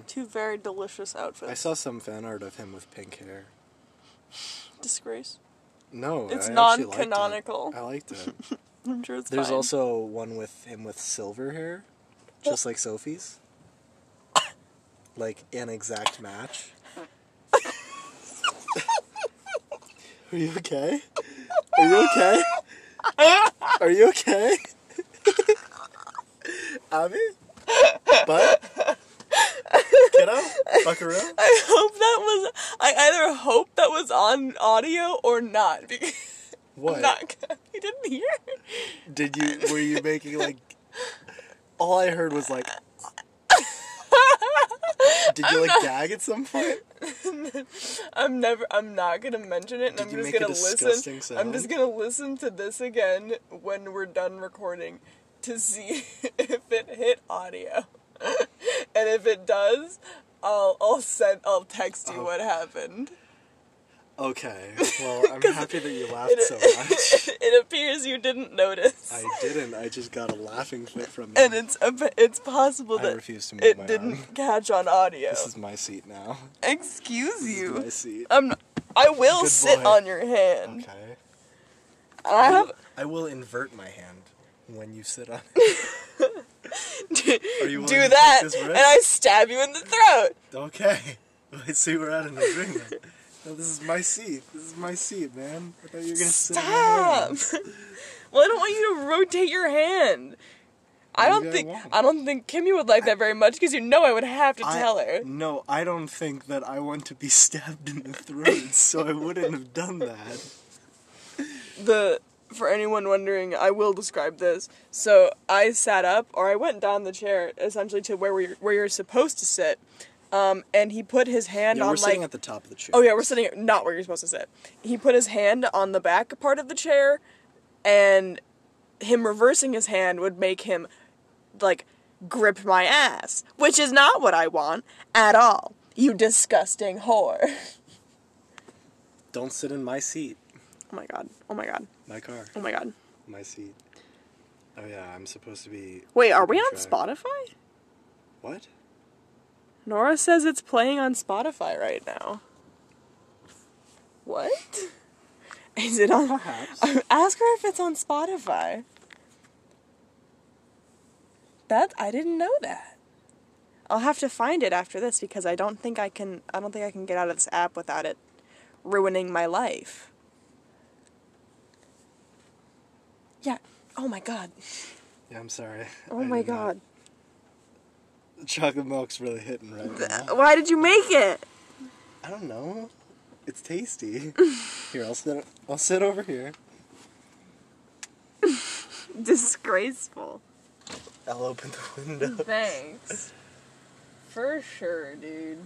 Speaker 2: Two very delicious outfits.
Speaker 4: Mm, I saw some fan art of him with pink hair.
Speaker 2: Disgrace.
Speaker 4: No,
Speaker 2: It's
Speaker 4: I actually liked it.
Speaker 2: non-canonical.
Speaker 4: I liked it.
Speaker 2: I'm sure it's
Speaker 4: There's
Speaker 2: fine.
Speaker 4: also one with him with silver hair, just like Sophie's. like an exact match. Are you okay? Are you okay? Are you okay? Abby? Bud? Kiddo? Buckaroo?
Speaker 2: I hope that was I either hope that was on audio or not because
Speaker 4: What?
Speaker 2: I'm not I didn't hear.
Speaker 4: Did you were you making like all I heard was like Did you like gag at some point?
Speaker 2: I'm never. I'm not gonna mention it. And I'm
Speaker 4: you
Speaker 2: just
Speaker 4: make a
Speaker 2: gonna listen.
Speaker 4: disgusting
Speaker 2: I'm just
Speaker 4: sound?
Speaker 2: gonna listen to this again when we're done recording to see if it hit audio. and if it does, I'll I'll send. I'll text
Speaker 4: Oh.
Speaker 2: you what happened.
Speaker 4: Okay. Well, I'm happy that you laughed so much.
Speaker 2: it appears you didn't notice.
Speaker 4: I didn't. I just got a laughing fit from you.
Speaker 2: and it's a- it's possible
Speaker 4: I
Speaker 2: that
Speaker 4: refuse to move my
Speaker 2: it didn't
Speaker 4: arm.
Speaker 2: catch on audio.
Speaker 4: This is my seat now.
Speaker 2: Excuse
Speaker 4: This is my
Speaker 2: you. Um,
Speaker 4: seat.
Speaker 2: I'm. I will
Speaker 4: Good
Speaker 2: sit
Speaker 4: boy.
Speaker 2: on your hand.
Speaker 4: Okay.
Speaker 2: I have.
Speaker 4: I will invert my hand when you sit on it. Are you willing to
Speaker 2: do
Speaker 4: take
Speaker 2: that,
Speaker 4: this
Speaker 2: and
Speaker 4: risk?
Speaker 2: I stab you in the throat.
Speaker 4: Okay. I see we're at an agreement. No, this is my seat. This is my seat, man. I thought you were gonna sit on my
Speaker 2: Stop.
Speaker 4: hand.
Speaker 2: well, I don't want you to rotate your hand. I don't
Speaker 4: Maybe I
Speaker 2: think
Speaker 4: won't.
Speaker 2: I, don't think Kimmy would like that very much because you know I would have to
Speaker 4: I-
Speaker 2: tell her.
Speaker 4: No, I don't think that I want to be stabbed in the throat, so I wouldn't have done that.
Speaker 2: The for anyone wondering, I will describe this. So I sat up, or I went down the chair essentially to where we where you're supposed to sit. Um, and he put his hand
Speaker 4: Yeah,
Speaker 2: on
Speaker 4: we're
Speaker 2: like
Speaker 4: sitting at the top of the chair.
Speaker 2: Oh yeah, we're sitting not where you're supposed to sit. He put his hand on the back part of the chair and him reversing his hand would make him like grip my ass, which is not what I want at all. You disgusting whore.
Speaker 4: Don't sit in my seat.
Speaker 2: Oh my god. Oh my god.
Speaker 4: My car.
Speaker 2: Oh my god.
Speaker 4: My seat. Oh yeah, I'm supposed to be.
Speaker 2: Wait, are we on
Speaker 4: track.
Speaker 2: Spotify?
Speaker 4: What?
Speaker 2: Nora says it's playing on Spotify right now. What? Is it on?
Speaker 4: Perhaps.
Speaker 2: Ask her if it's on Spotify. That I didn't know that. I'll have to find it after this because I don't think I can. I don't think I can get out of this app without it ruining my life. Yeah. Oh my god.
Speaker 4: Yeah, I'm sorry.
Speaker 2: Oh
Speaker 4: I
Speaker 2: my
Speaker 4: did not-
Speaker 2: god.
Speaker 4: Chocolate milk's really hitting right now.
Speaker 2: Why did you make it?
Speaker 4: I don't know. It's tasty. here, I'll sit. I'll sit over here.
Speaker 2: Disgraceful.
Speaker 4: I'll open the window.
Speaker 2: Thanks. For sure, dude.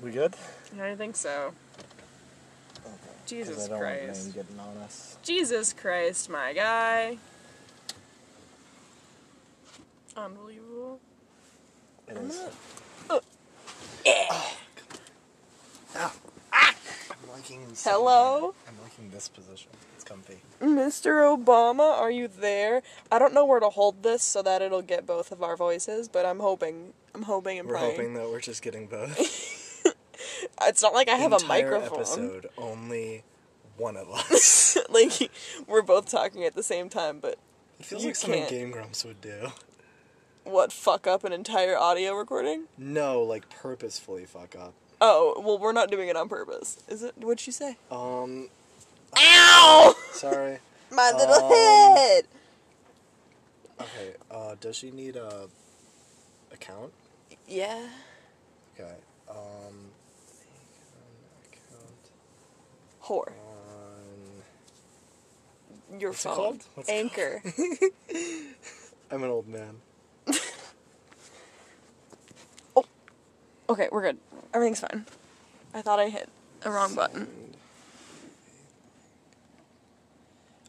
Speaker 4: We good?
Speaker 2: I think so. Jesus Christ.
Speaker 4: getting on us.
Speaker 2: Jesus Christ, my guy. Unbelievable.
Speaker 4: It is. I'm liking. sitting
Speaker 2: Hello?
Speaker 4: here. I'm liking this position. It's comfy.
Speaker 2: Mr. Obama, are you there? I don't know where to hold this so that it'll get both of our voices, but I'm hoping. I'm hoping and
Speaker 4: We're
Speaker 2: praying.
Speaker 4: hoping that we're just getting both.
Speaker 2: It's not like I have a
Speaker 4: Entire
Speaker 2: microphone.
Speaker 4: Episode only one of us.
Speaker 2: like we're both talking at the same time, but
Speaker 4: It feels
Speaker 2: You
Speaker 4: like something
Speaker 2: can't.
Speaker 4: Game Grumps would do.
Speaker 2: what fuck up an entire audio recording?
Speaker 4: No, like purposefully fuck up.
Speaker 2: Oh, well, we're not doing it on purpose. Is it? What'd she say?
Speaker 4: Um,
Speaker 2: Ow!
Speaker 4: sorry.
Speaker 2: My little
Speaker 4: Um,
Speaker 2: head!
Speaker 4: Okay. Uh, does she need a account?
Speaker 2: Yeah.
Speaker 4: Okay. Um, account
Speaker 2: Whore.
Speaker 4: on.
Speaker 2: Your
Speaker 4: What's it
Speaker 2: phone.
Speaker 4: called? What's it
Speaker 2: Anchor.
Speaker 4: I'm an old man.
Speaker 2: okay, we're good. Everything's fine. I thought I hit a wrong button.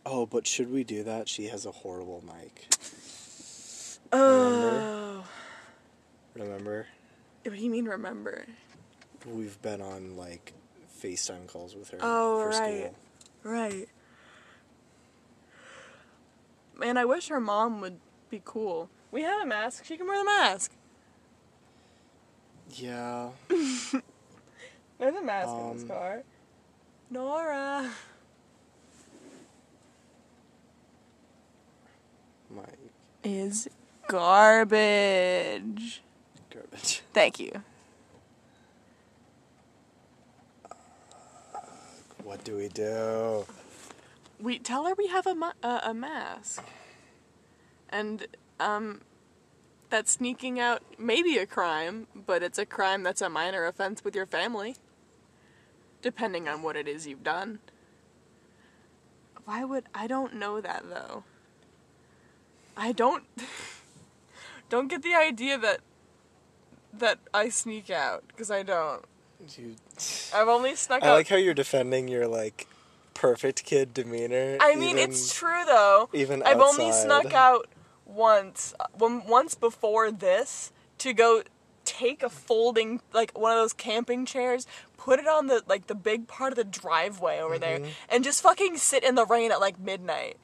Speaker 4: Oh, but should we do that? She has a horrible mic.
Speaker 2: Oh.
Speaker 4: Remember,
Speaker 2: What do you mean, remember?
Speaker 4: we've been on like FaceTime calls with her
Speaker 2: Oh,
Speaker 4: for
Speaker 2: right.
Speaker 4: school.
Speaker 2: Right. Man, I wish her mom would be cool. We have a mask. She can wear the mask.
Speaker 4: Yeah.
Speaker 2: There's a mask in
Speaker 4: Um,
Speaker 2: this car. Nora.
Speaker 4: My
Speaker 2: Is garbage.
Speaker 4: garbage.
Speaker 2: Thank you.
Speaker 4: What do we do?
Speaker 2: We tell her we have a mu- uh, a mask, and um, that sneaking out may be a crime, but it's a crime that's a minor offense with your family, depending on what it is you've done. Why would I don't know that though. I don't don't get the idea that that I sneak out because I don't.
Speaker 4: You,
Speaker 2: I've only snuck
Speaker 4: I
Speaker 2: out.
Speaker 4: like how you're defending your like perfect kid demeanor.
Speaker 2: I mean, it's true though.
Speaker 4: even
Speaker 2: I've only
Speaker 4: outside.
Speaker 2: snuck out once, one- once before this to go take a folding like one of those camping chairs, put it on the like the big part of the driveway over
Speaker 4: Mm-hmm.
Speaker 2: there, and just fucking sit in the rain at like midnight.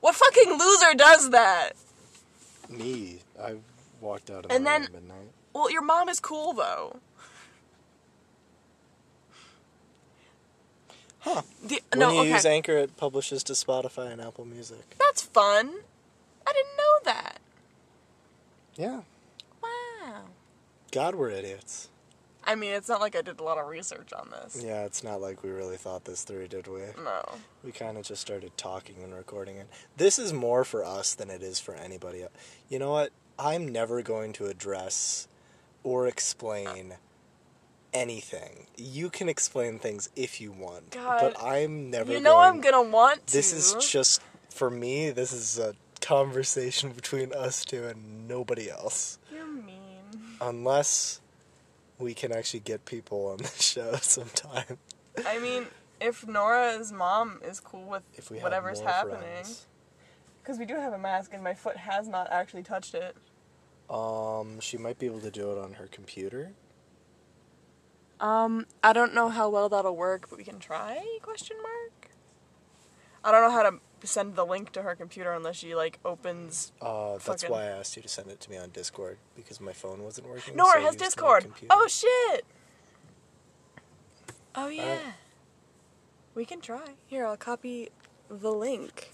Speaker 2: What fucking loser does that?
Speaker 4: true. Me, I walked out of
Speaker 2: And
Speaker 4: the
Speaker 2: then-
Speaker 4: room at midnight.
Speaker 2: Well, your mom is cool though.
Speaker 4: Huh.
Speaker 2: The,
Speaker 4: When
Speaker 2: no,
Speaker 4: you
Speaker 2: okay.
Speaker 4: use Anchor, it publishes to Spotify and Apple Music.
Speaker 2: That's fun. I didn't know that.
Speaker 4: Yeah.
Speaker 2: Wow.
Speaker 4: God, we're idiots.
Speaker 2: I mean, it's not like I did a lot of research on this.
Speaker 4: Yeah, it's not like we really thought this through, did we?
Speaker 2: No.
Speaker 4: We kind of just started talking and recording it. This is more for us than it is for anybody else. You know what? I'm never going to address or explain anything. You can explain things if you want,
Speaker 2: God.
Speaker 4: but I'm never
Speaker 2: You know
Speaker 4: going
Speaker 2: I'm gonna want to.
Speaker 4: This is just for me. This is a conversation between us two and nobody else.
Speaker 2: You're mean.
Speaker 4: Unless we can actually get people on the show sometime.
Speaker 2: I mean, if Nora's mom is cool with
Speaker 4: If we have
Speaker 2: whatever's
Speaker 4: more
Speaker 2: happening,
Speaker 4: friends.
Speaker 2: because we do have a mask and my foot has not actually touched it.
Speaker 4: Um, she might be able to do it on her computer.
Speaker 2: Um, I don't know how well that'll work, but we can try? Question mark. I don't know how to send the link to her computer unless she like opens.
Speaker 4: Uh, that's
Speaker 2: Fucking-
Speaker 4: why I asked you to send it to me on Discord because my phone wasn't working.
Speaker 2: Nora
Speaker 4: so I
Speaker 2: has
Speaker 4: used my
Speaker 2: Discord.
Speaker 4: computer.
Speaker 2: Oh shit. Oh yeah. We can try. Here, I'll copy the link.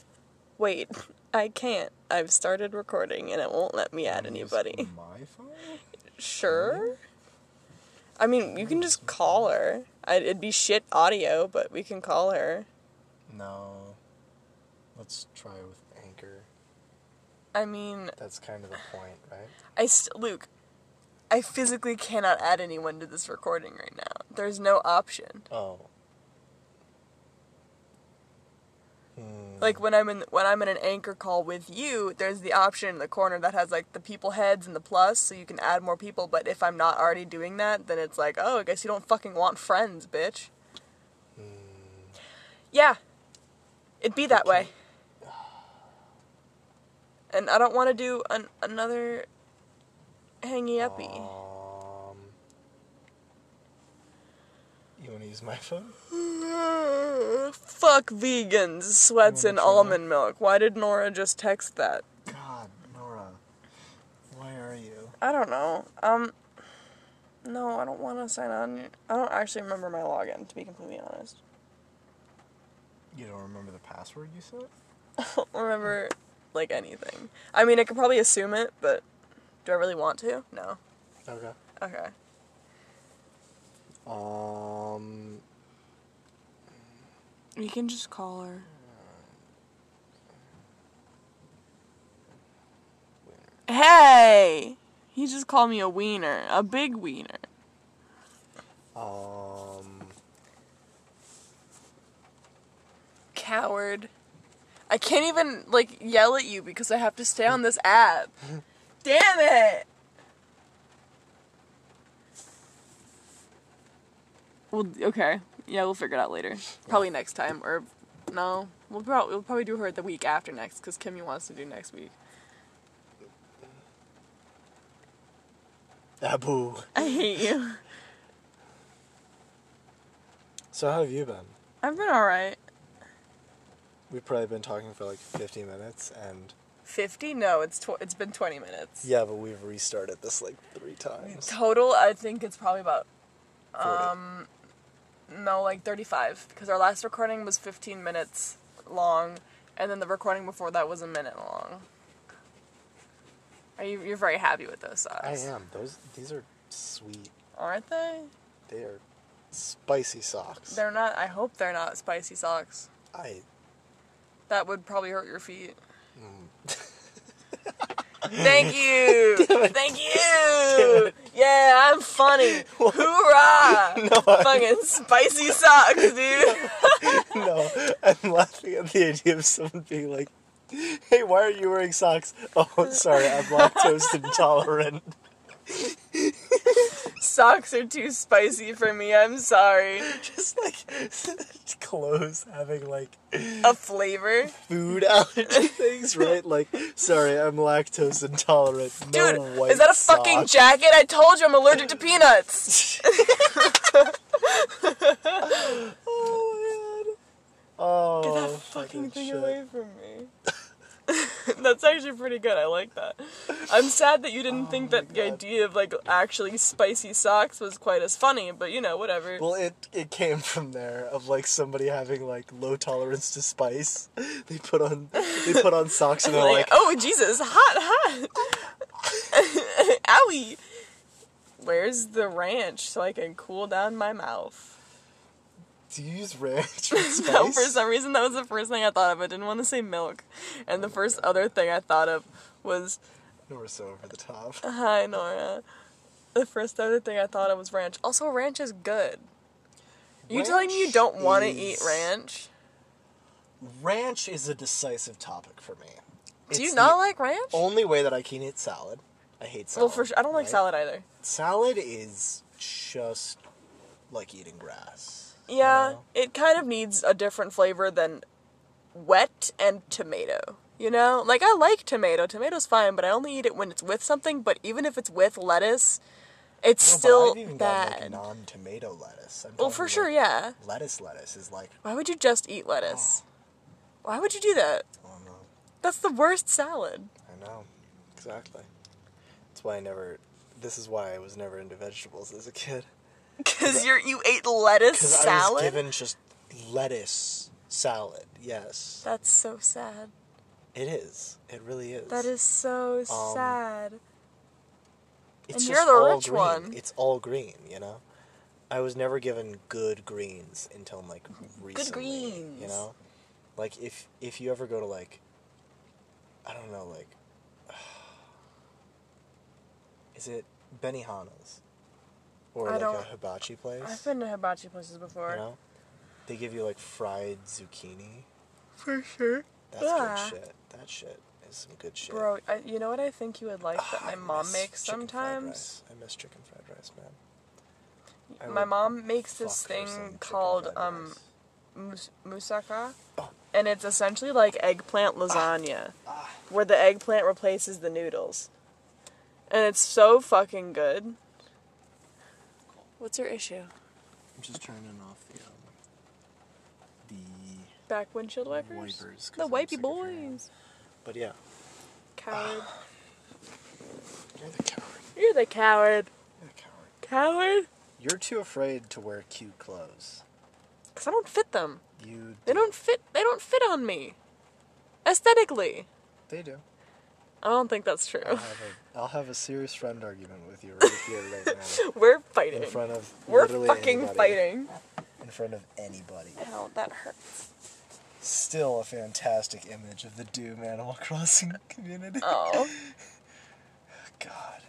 Speaker 2: Wait, I can't. I've started recording and it won't let me add anybody.
Speaker 4: My phone?
Speaker 2: Sure. I mean, you can just call her. I, it'd be shit audio, but we can call her.
Speaker 4: No. Let's try with Anchor.
Speaker 2: I mean,
Speaker 4: That's kind of the point, right?
Speaker 2: I st- Luke, I physically cannot add anyone to this recording right now. There's no option.
Speaker 4: Oh. Hmm.
Speaker 2: Like when I'm in when I'm in an anchor call with you, there's the option in the corner that has like the people heads and the plus, so you can add more people. But if I'm not already doing that, then it's like, oh, I guess you don't fucking want friends, bitch.
Speaker 4: Hmm,
Speaker 2: Yeah, it'd be that way. And I don't want to do an- another hangy uppy.
Speaker 4: Um. You want to use my phone?
Speaker 2: Fuck vegans, sweats, and almond milk. Why did Nora just text that?
Speaker 4: God, Nora. Why are you?
Speaker 2: I don't know. Um, no, I don't want to sign on. I don't actually remember my login, to be completely honest.
Speaker 4: You don't remember the password you said?
Speaker 2: I don't remember, like, anything. I mean, I could probably assume it, but do I really want to? No.
Speaker 4: Okay.
Speaker 2: Okay.
Speaker 4: Um.
Speaker 2: You can just call her. Hey! He just called me a wiener. A big wiener.
Speaker 4: Um.
Speaker 2: Coward. I can't even, like, yell at you because I have to stay on this app. Damn it! Well, okay. Yeah, we'll figure it out later. Probably next time, or no. We'll probably, we'll probably do her the week after next because Kimmy wants to do next week.
Speaker 4: Abu.
Speaker 2: I hate you.
Speaker 4: So how have you been?
Speaker 2: I've been alright.
Speaker 4: We've probably been talking for like 50 minutes, and
Speaker 2: 50? No, it's tw- it's been 20 minutes.
Speaker 4: yeah, but we've restarted this like three times.
Speaker 2: Total, I think it's probably about,
Speaker 4: 40.
Speaker 2: no, like 35, because our last recording was 15 minutes long, and then the recording before that was a minute long. Are you, you're very happy with those socks.
Speaker 4: I am. Those these are sweet.
Speaker 2: Aren't they?
Speaker 4: They are spicy socks.
Speaker 2: They're not, I hope they're not spicy socks.
Speaker 4: I
Speaker 2: That would probably hurt your feet.
Speaker 4: Mm.
Speaker 2: Thank you. Thank you. Yeah, I'm funny. Hoorah! Fucking spicy socks, dude.
Speaker 4: no. I'm laughing at the idea of someone being like, "Hey, why are you wearing socks?" Oh, sorry, I'm lactose intolerant.
Speaker 2: Socks are too spicy for me. I'm sorry.
Speaker 4: Just like clothes having like
Speaker 2: A flavor.
Speaker 4: food allergy things, right? Like, sorry, I'm lactose intolerant. No
Speaker 2: Dude,
Speaker 4: white
Speaker 2: is that a fucking
Speaker 4: sock.
Speaker 2: jacket? I told you I'm allergic to peanuts.
Speaker 4: Oh my god. Oh,
Speaker 2: Get that fucking thing away from me. That's actually pretty good. I like that. I'm sad that you didn't
Speaker 4: Oh
Speaker 2: think that the idea of like actually spicy socks was quite as funny, but you know, whatever.
Speaker 4: Well, it it came from there of like somebody having like low tolerance to spice. They put on they put on socks and they're
Speaker 2: like,
Speaker 4: like,
Speaker 2: oh Jesus, hot, hot. Owie. Where's the ranch so I can cool down my mouth? uh,
Speaker 4: "Do you use ranch with spice?"
Speaker 2: No, for some reason that was the first thing I thought of. I didn't want to say milk, and the first other thing I thought of was
Speaker 4: Nor so over the top.
Speaker 2: hi Nora. The first other thing I thought of was ranch. Also, ranch is good. You telling me you
Speaker 4: Ranch
Speaker 2: don't want to
Speaker 4: is-
Speaker 2: eat ranch?
Speaker 4: Ranch is a decisive topic for me.
Speaker 2: Do
Speaker 4: It's
Speaker 2: you
Speaker 4: the
Speaker 2: not like ranch?
Speaker 4: Only way that I can eat salad. I hate salad.
Speaker 2: well, for sure, I don't like
Speaker 4: right?
Speaker 2: salad either.
Speaker 4: Salad is just like eating grass.
Speaker 2: Yeah, it kind of needs a different flavor than wet and tomato. You know, like I like tomato. Tomato's fine, but I only eat it when it's with something. But even if it's with lettuce, it's
Speaker 4: No, but
Speaker 2: still
Speaker 4: I've even
Speaker 2: bad.
Speaker 4: Got, like, non-tomato lettuce. I'm
Speaker 2: well,
Speaker 4: talking,
Speaker 2: for
Speaker 4: like,
Speaker 2: sure, yeah.
Speaker 4: Lettuce, lettuce is like
Speaker 2: Why would you just eat
Speaker 4: Oh.
Speaker 2: lettuce? Why would you do that?
Speaker 4: I don't know.
Speaker 2: That's the worst salad.
Speaker 4: I know, exactly. That's why I never. This is why I was never into vegetables as a kid.
Speaker 2: Cause you're you ate lettuce
Speaker 4: Because I was
Speaker 2: salad.
Speaker 4: given just lettuce salad. Yes,
Speaker 2: That's so sad.
Speaker 4: it is. It really is.
Speaker 2: That is so
Speaker 4: Um,
Speaker 2: sad. and
Speaker 4: It's just
Speaker 2: you're the
Speaker 4: all
Speaker 2: rich
Speaker 4: green.
Speaker 2: one.
Speaker 4: It's all green, you know. I was never given good greens until like recently. You
Speaker 2: greens.
Speaker 4: know, like if if you ever go to like, I don't know, like, is it Benihana's or
Speaker 2: I
Speaker 4: like a
Speaker 2: don't-
Speaker 4: hibachi place?
Speaker 2: I've been to hibachi places
Speaker 4: You
Speaker 2: before.
Speaker 4: know, they give you like fried zucchini.
Speaker 2: For sure.
Speaker 4: That's
Speaker 2: Yeah.
Speaker 4: good shit. That shit is some good shit.
Speaker 2: Bro, I, you know what I think you would like that
Speaker 4: Ah,
Speaker 2: my
Speaker 4: I
Speaker 2: mom
Speaker 4: miss
Speaker 2: makes
Speaker 4: chicken fried
Speaker 2: sometimes?
Speaker 4: rice. I miss chicken fried rice, man. I
Speaker 2: My
Speaker 4: would
Speaker 2: mom makes this
Speaker 4: fuck
Speaker 2: thing
Speaker 4: for some chicken
Speaker 2: called
Speaker 4: fried
Speaker 2: um
Speaker 4: rice.
Speaker 2: mus- moussaka,
Speaker 4: Oh. Ah.
Speaker 2: and it's essentially like eggplant lasagna, where the eggplant replaces the noodles, and it's so fucking good. What's your issue?
Speaker 6: I'm just turning off the um, the
Speaker 2: Back windshield wipers.
Speaker 6: wipers. 'cause
Speaker 2: The
Speaker 6: I'm sick
Speaker 2: wipey
Speaker 6: of your hands.
Speaker 2: boys.
Speaker 4: But yeah,
Speaker 2: Coward.
Speaker 4: Ah. you're the coward.
Speaker 2: You're the coward.
Speaker 4: You're the coward.
Speaker 2: Coward.
Speaker 4: You're too afraid to wear cute clothes.
Speaker 2: Cause I don't fit them.
Speaker 4: You.
Speaker 2: They
Speaker 4: do.
Speaker 2: don't fit. They don't fit on me. Aesthetically,
Speaker 4: They do.
Speaker 2: I don't think that's true.
Speaker 4: I'll have a, I'll have a serious friend argument with you right here, right now,
Speaker 2: We're
Speaker 4: in
Speaker 2: fighting.
Speaker 4: front of
Speaker 2: We're
Speaker 4: literally
Speaker 2: fucking
Speaker 4: anybody,
Speaker 2: fighting.
Speaker 4: in front of anybody.
Speaker 2: Ow, that hurts.
Speaker 4: Still a fantastic image of the Doom Animal Crossing community.
Speaker 2: Oh,
Speaker 4: God,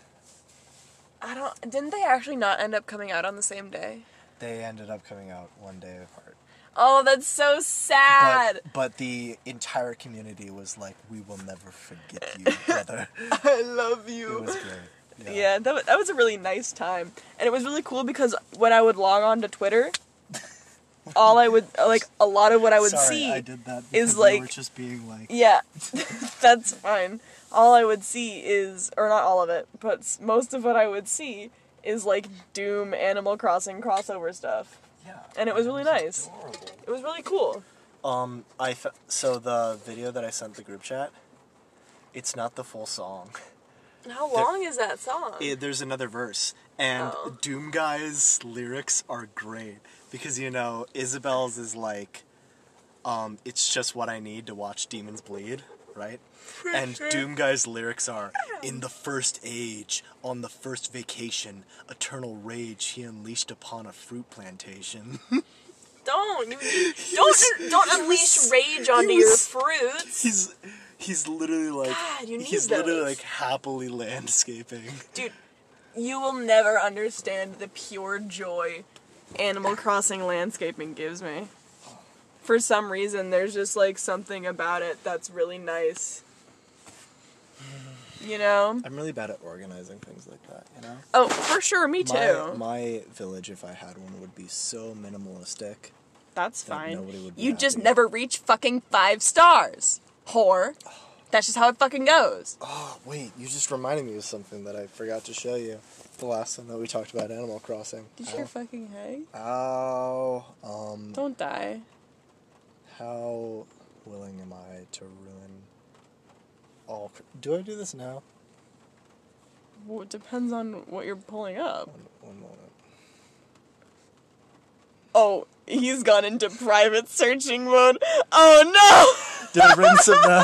Speaker 2: I don't. Didn't they actually not end up coming out on the same day?
Speaker 4: they ended up coming out one day apart.
Speaker 2: Oh, that's so sad.
Speaker 4: But, but the entire community was like, "We will never forget you, brother."
Speaker 2: I love you.
Speaker 4: it was great.
Speaker 2: yeah, that, wa- that was a really nice time, and it was really cool because when I would log on to Twitter, all I would like a lot of what I would
Speaker 4: Sorry,
Speaker 2: see
Speaker 4: I did that
Speaker 2: is
Speaker 4: because you
Speaker 2: like-
Speaker 4: were just being like,
Speaker 2: Yeah, that's fine. All I would see is, or not all of it, but s- most of what I would see is like Doom, Animal Crossing crossover stuff.
Speaker 4: yeah,
Speaker 2: and it was really nice.
Speaker 4: adorable.
Speaker 2: It was really cool.
Speaker 4: Um, I f- so the video that I sent the group chat, it's not the full song.
Speaker 2: How
Speaker 4: long
Speaker 2: is that song?
Speaker 4: It, there's another verse, and
Speaker 2: Oh.
Speaker 4: Doom Guy's lyrics are great because you know Isabel's is like, um, it's just what I need to watch demons bleed, right? And Doom Guy's lyrics are in the first age, on the first vacation, eternal rage he unleashed upon a fruit plantation.
Speaker 2: don't you, don't don't unleash rage onto your fruits,
Speaker 4: he's he's literally like
Speaker 2: God, you
Speaker 4: he's
Speaker 2: need
Speaker 4: literally
Speaker 2: those.
Speaker 4: like happily landscaping.
Speaker 2: dude. You will never understand the pure joy Animal Crossing landscaping gives me. For some reason, there's just like something about it that's really nice. You know?
Speaker 4: I'm really bad at organizing things like that, you know?
Speaker 2: Oh, for sure, me too.
Speaker 4: My, my village, if I had one, would be so minimalistic.
Speaker 2: That's
Speaker 4: that
Speaker 2: fine.
Speaker 4: nobody would be
Speaker 2: you just
Speaker 4: happy.
Speaker 2: never reach fucking five stars, whore. That's just how it fucking goes.
Speaker 4: Oh, wait, you just reminded me of something that I forgot to show you the last time that we talked about Animal Crossing.
Speaker 2: Did you hear fucking hey?
Speaker 4: Ow. Um,
Speaker 2: Don't die.
Speaker 4: how willing am I to ruin all. cr- Do I do this now?
Speaker 2: Well, it depends on what you're pulling up.
Speaker 4: One, one moment.
Speaker 2: Oh, he's gone into private searching mode. Oh no!
Speaker 4: Did I bring some now?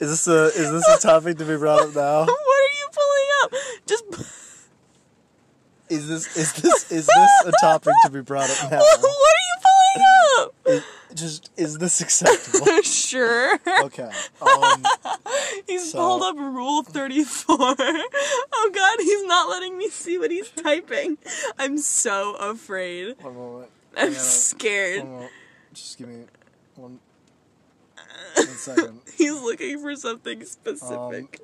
Speaker 4: Is this a is this a topic to be brought up now?
Speaker 2: what are you pulling up? Just
Speaker 4: Is this is this is this a topic to be brought up now?
Speaker 2: what are you pulling up?
Speaker 4: Is- just is this acceptable?
Speaker 2: sure.
Speaker 4: Okay. Um,
Speaker 2: He's
Speaker 4: So-
Speaker 2: pulled up rule 34. oh god, he's not letting me see what he's typing. I'm so afraid.
Speaker 4: one moment.
Speaker 2: I'm
Speaker 4: Yeah.
Speaker 2: scared.
Speaker 4: One moment. Just give me one, one second. Um,
Speaker 2: He's looking for something specific.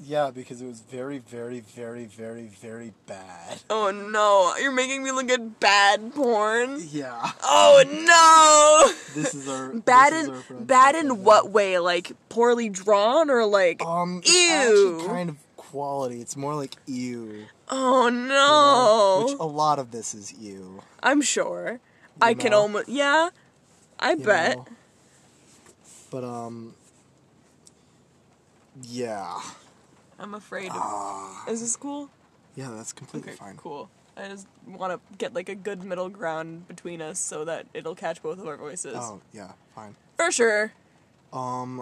Speaker 4: Yeah, because it was very, very, very, very, very bad.
Speaker 2: Oh no, you're making me look at bad porn.
Speaker 4: Yeah.
Speaker 2: Oh
Speaker 4: This is our
Speaker 2: no! Bad
Speaker 4: this is our
Speaker 2: in
Speaker 4: friend.
Speaker 2: bad in what way? Like poorly drawn or like
Speaker 4: Um, it's
Speaker 2: ew?
Speaker 4: actually kind of quality. It's more like ew. you
Speaker 2: oh
Speaker 4: know?
Speaker 2: no!
Speaker 4: Which a lot of this is ew.
Speaker 2: I'm sure. I can
Speaker 4: know?
Speaker 2: almost yeah. I
Speaker 4: you
Speaker 2: bet.
Speaker 4: know? But um, yeah,
Speaker 2: I'm afraid. Of, is this cool?
Speaker 4: yeah, that's completely
Speaker 2: Okay,
Speaker 4: Ah. fine.
Speaker 2: cool. I just want to get like a good middle ground between us so that it'll catch both of our voices.
Speaker 4: Oh yeah, fine.
Speaker 2: For sure.
Speaker 4: Um,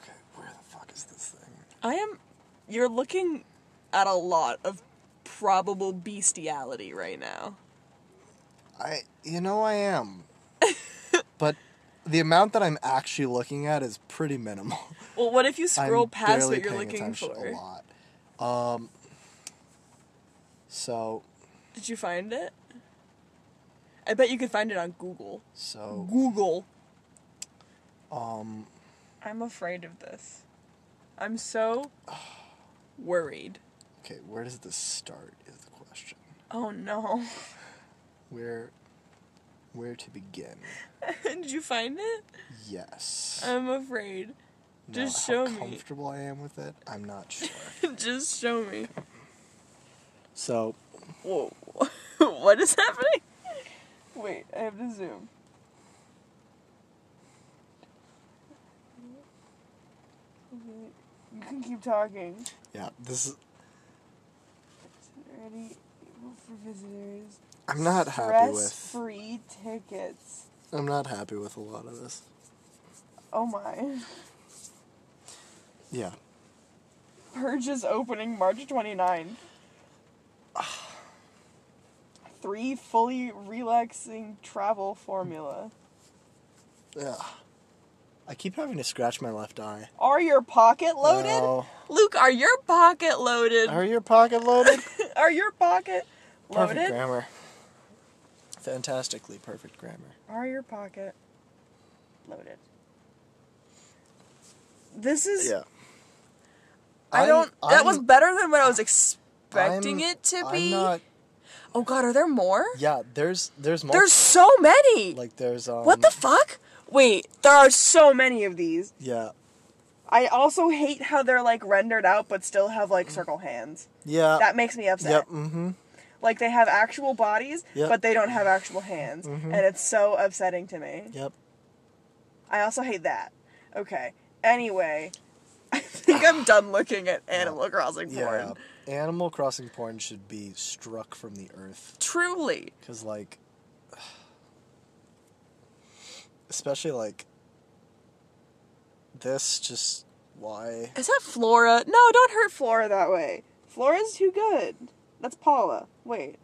Speaker 4: okay, where the fuck is this thing?
Speaker 2: I am. You're looking at a lot of probable bestiality right now.
Speaker 4: I, you know, I am. but the amount that I'm actually looking at is pretty minimal.
Speaker 2: Well, what if you scroll
Speaker 4: I'm
Speaker 2: past
Speaker 4: barely
Speaker 2: what you're
Speaker 4: paying
Speaker 2: looking
Speaker 4: attention
Speaker 2: for?
Speaker 4: A lot. Um, so,
Speaker 2: Did you find it? I bet you could find it on Google.
Speaker 4: so,
Speaker 2: Google.
Speaker 4: um,
Speaker 2: I'm afraid of this. I'm so worried.
Speaker 4: okay, where does this start is the question.
Speaker 2: Oh no.
Speaker 4: Where, where to begin?
Speaker 2: Did you find it?
Speaker 4: Yes.
Speaker 2: I'm afraid.
Speaker 4: Now,
Speaker 2: Uh, just
Speaker 4: how
Speaker 2: show me.
Speaker 4: comfortable I am with it, I'm not sure.
Speaker 2: Just show me.
Speaker 4: so,
Speaker 2: Whoa. what is happening? Wait, I have to zoom. You can keep talking.
Speaker 4: yeah, this is,
Speaker 2: Ready for visitors.
Speaker 4: I'm not happy with,
Speaker 2: Stress-free tickets.
Speaker 4: I'm not happy with a lot of this.
Speaker 2: Oh my.
Speaker 4: Yeah.
Speaker 2: Purge is opening March 29th. Three fully relaxing travel formula.
Speaker 4: Yeah. I keep having to scratch my left eye.
Speaker 2: Are your pocket loaded?
Speaker 4: No.
Speaker 2: Luke, are your pocket loaded?
Speaker 4: Are your pocket loaded?
Speaker 2: Are your pocket
Speaker 4: perfect
Speaker 2: loaded?
Speaker 4: grammar. Fantastically perfect grammar.
Speaker 2: Are your pocket loaded? This is.
Speaker 4: Yeah.
Speaker 2: I
Speaker 4: I'm-
Speaker 2: don't. that
Speaker 4: I'm-
Speaker 2: was better than what I was expecting
Speaker 4: I'm-
Speaker 2: it to
Speaker 4: I'm
Speaker 2: be.
Speaker 4: not-
Speaker 2: Oh God, are there more?
Speaker 4: yeah, there's there's multiple.
Speaker 2: There's so many.
Speaker 4: like there's um.
Speaker 2: what the fuck? Wait, there are so many of these.
Speaker 4: yeah.
Speaker 2: I also hate how they're like rendered out, but still have like circle hands.
Speaker 4: Yeah.
Speaker 2: That makes me upset.
Speaker 4: Uh, yep. Mm-hmm.
Speaker 2: Like they have actual bodies,
Speaker 4: Yep. Mm-hmm.
Speaker 2: but they don't have actual hands, and it's so upsetting to me.
Speaker 4: Yep.
Speaker 2: I also hate that. Okay. Anyway, I think I'm done looking at Animal Crossing porn.
Speaker 4: Yeah. Animal Crossing porn should be struck from the earth
Speaker 2: Truly.
Speaker 4: because like, especially like. This just why
Speaker 2: Is that Flora? No, don't hurt Flora that way. Flora's too good. That's Paula. Wait.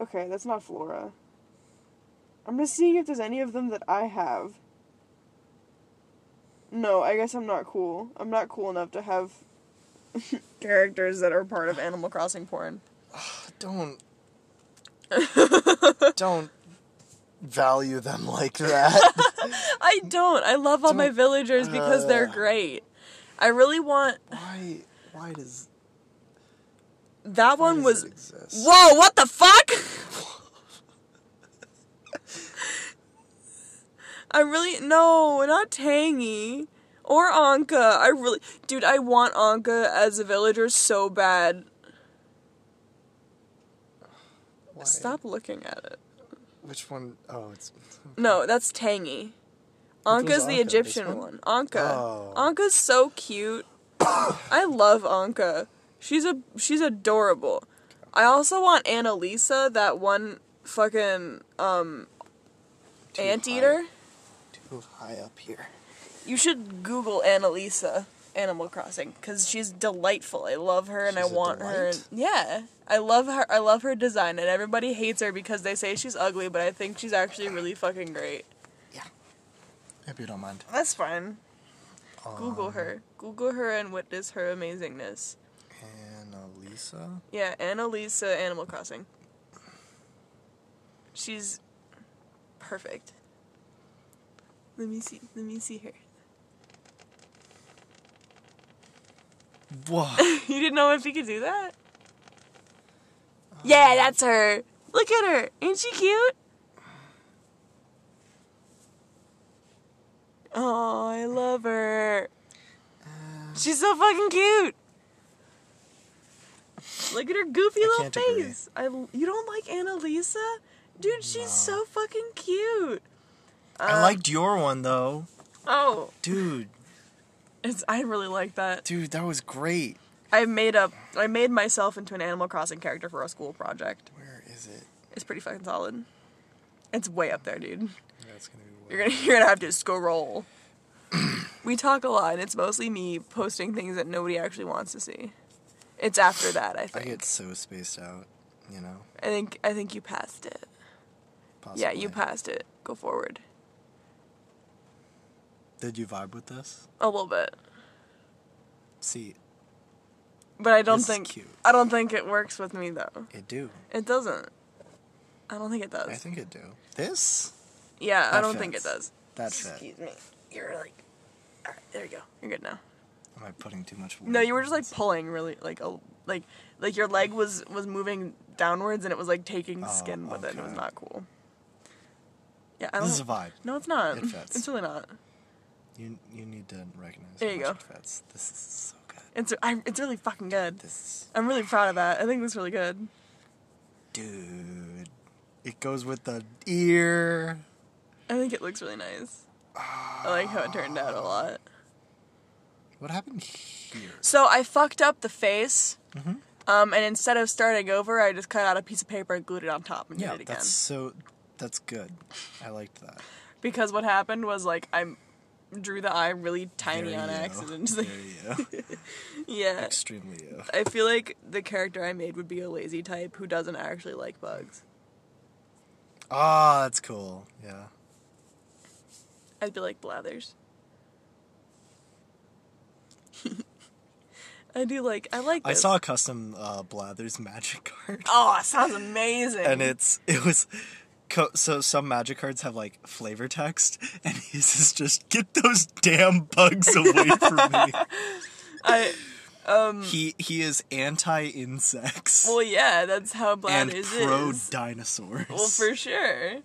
Speaker 2: Okay, that's not Flora. I'm just seeing if there's any of them that I have. No, I guess I'm not cool. I'm not cool enough to have characters that are part of Animal Crossing porn.
Speaker 4: don't don't value them like that.
Speaker 2: I don't. I love all my
Speaker 4: Don't-
Speaker 2: villagers because they're
Speaker 4: Ugh.
Speaker 2: great. I really want
Speaker 4: why why does
Speaker 2: that
Speaker 4: why
Speaker 2: one
Speaker 4: does
Speaker 2: was
Speaker 4: it exist?
Speaker 2: Whoa, what the fuck? I really no, not Tangy or Anka. I really Dude, I want Anka as a villager so bad.
Speaker 4: Why?
Speaker 2: Stop looking at it.
Speaker 4: Which one oh it's
Speaker 2: No, that's Tangy.
Speaker 4: was
Speaker 2: Anka's the
Speaker 4: Anka? This
Speaker 2: Egyptian one?
Speaker 4: one?
Speaker 2: Anka.
Speaker 4: Oh.
Speaker 2: Anka's so cute. I love Anka. She's a she's adorable. I also want Annalisa, that one fucking um
Speaker 4: Too
Speaker 2: anteater.
Speaker 4: too high up here.
Speaker 2: You should Google Annalisa Animal Crossing because she's delightful. I love her and
Speaker 4: She's
Speaker 2: I
Speaker 4: a
Speaker 2: want her. And,
Speaker 4: delight?
Speaker 2: yeah, I love her. I love her design, and everybody hates her because they say she's ugly, but I think she's actually really fucking great.
Speaker 4: If you don't mind.
Speaker 2: That's fine. Google her. Google her and witness her amazingness.
Speaker 4: Annalisa?
Speaker 2: Yeah, Annalisa Animal Crossing. She's perfect. Let me see. Let me see her.
Speaker 6: Whoa.
Speaker 2: you didn't know if he could do that? Yeah, that's her. Look at her. Isn't she cute? Oh, I love her. She's so fucking cute. Look at her goofy
Speaker 4: I
Speaker 2: little
Speaker 4: can't agree.
Speaker 2: face. I l- you don't like Annalisa? Dude, she's so fucking cute. Um,
Speaker 4: I liked your one though,
Speaker 2: Oh,
Speaker 4: dude.
Speaker 2: it's I really like that.
Speaker 4: Dude, that was great.
Speaker 2: I made up. I made myself into an Animal Crossing character for a school project.
Speaker 4: Where is it?
Speaker 2: It's pretty fucking solid. It's way up there, dude.
Speaker 4: That's gonna be
Speaker 2: You're gonna you're gonna have to scroll. we talk a lot, and it's mostly me posting things that nobody actually wants to see. It's after that, I
Speaker 4: I
Speaker 2: think.
Speaker 4: get so spaced out, you know.
Speaker 2: I think I think you passed it.
Speaker 4: Possibly.
Speaker 2: Yeah, you passed it. Go forward
Speaker 4: Did you vibe with this?
Speaker 2: a little bit,
Speaker 4: See,
Speaker 2: but I don't
Speaker 4: This is
Speaker 2: think
Speaker 4: cute.
Speaker 2: I don't think it works with me though.
Speaker 4: it do.
Speaker 2: It doesn't. I don't think it does.
Speaker 4: I think it do. This?
Speaker 2: yeah, I
Speaker 4: that
Speaker 2: don't think it
Speaker 4: fits.
Speaker 2: does.
Speaker 4: That fit.
Speaker 2: Excuse me. You're like, all right, there you go. You're good now.
Speaker 4: Am I putting too much weight?
Speaker 2: No, you were just
Speaker 4: on
Speaker 2: like pulling really like a like like your leg was was moving downwards and it was like taking
Speaker 4: Oh,
Speaker 2: skin with it. and It was
Speaker 4: okay.
Speaker 2: not cool. Yeah, I
Speaker 4: this?
Speaker 2: don't.
Speaker 4: This is a vibe.
Speaker 2: no, it's not.
Speaker 4: It fits.
Speaker 2: It's really not.
Speaker 4: You you need to recognize.
Speaker 2: There
Speaker 4: how
Speaker 2: you go.
Speaker 4: much It fits. This is so good.
Speaker 2: It's I, it's really fucking good.
Speaker 4: This
Speaker 2: I'm really proud of that. I think that's really good.
Speaker 4: dude. It goes with the ear.
Speaker 2: I think it looks really nice. I like how it turned out a lot.
Speaker 4: What happened here?
Speaker 2: So I fucked up the face.
Speaker 4: Mm-hmm.
Speaker 2: Um, and instead of starting over, I just cut out a piece of paper and glued it on top and
Speaker 4: Yeah,
Speaker 2: did it again.
Speaker 4: that's so. That's good. I liked that.
Speaker 2: Because what happened was like I drew the eye really tiny
Speaker 4: Very
Speaker 2: on
Speaker 4: yo.
Speaker 2: accident.
Speaker 4: Very yo.
Speaker 2: yeah.
Speaker 4: Extremely yo.
Speaker 2: I feel like the character I made would be a lazy type who doesn't actually like bugs.
Speaker 4: Ah, that's cool. Yeah.
Speaker 2: I'd be like Blathers. I do like I like
Speaker 4: I
Speaker 2: this.
Speaker 4: saw a custom uh, Blathers magic card,
Speaker 2: Oh, it sounds amazing.
Speaker 4: and it's it was co- so some magic cards have like flavor text, and his is just get those damn bugs away from me.
Speaker 2: I
Speaker 4: He he is anti insects
Speaker 2: well yeah, that's how
Speaker 4: and
Speaker 2: Blathers
Speaker 4: pro
Speaker 2: is.
Speaker 4: dinosaurs.
Speaker 2: Well for sure.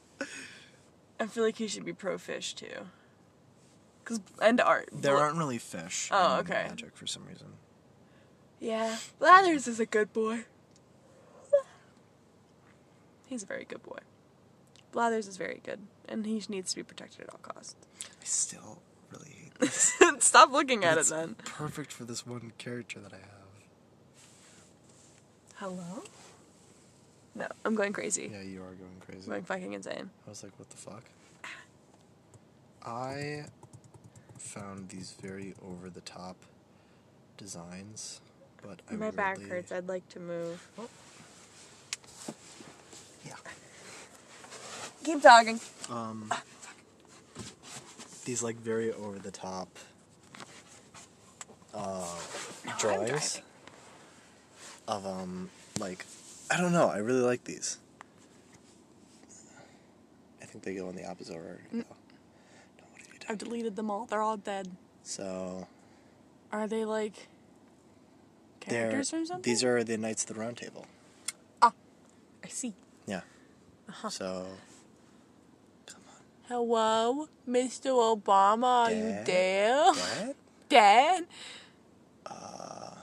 Speaker 2: I feel like he should be pro fish too. Cause and art.
Speaker 4: there
Speaker 2: Bla-
Speaker 4: aren't really fish.
Speaker 2: Oh,
Speaker 4: in
Speaker 2: okay.
Speaker 4: Magic for some reason.
Speaker 2: Yeah, Blathers is a good boy. He's a very good boy. Blathers is very good, and he needs to be protected at all costs.
Speaker 4: I still really hate this.
Speaker 2: Stop looking at
Speaker 4: It's
Speaker 2: it then.
Speaker 4: Perfect for this one character that I have.
Speaker 2: Hello? No, I'm going crazy.
Speaker 4: Yeah, you are going crazy.
Speaker 2: I'm going fucking insane.
Speaker 4: I was like, what the fuck? I found these very over the top designs, but I
Speaker 2: My back
Speaker 4: weirdly-
Speaker 2: hurts. I'd like to move.
Speaker 4: Yeah.
Speaker 2: Keep talking.
Speaker 4: Um, these like very over the top uh, drawings of um like I don't know. I really like these. I think they go in the opposite order.
Speaker 2: Mm.
Speaker 4: No. No, what have you done?
Speaker 2: I've deleted them all. They're all dead.
Speaker 4: So
Speaker 2: Are they like
Speaker 4: They're-
Speaker 2: characters from something?
Speaker 4: These are the Knights of the Round Table.
Speaker 2: I see.
Speaker 4: Yeah.
Speaker 2: Uh-huh.
Speaker 4: So, come
Speaker 2: Hello, Mr. Obama. Are
Speaker 4: Dad?
Speaker 2: you there?
Speaker 4: on. Dad?
Speaker 2: Dad?
Speaker 4: Uh.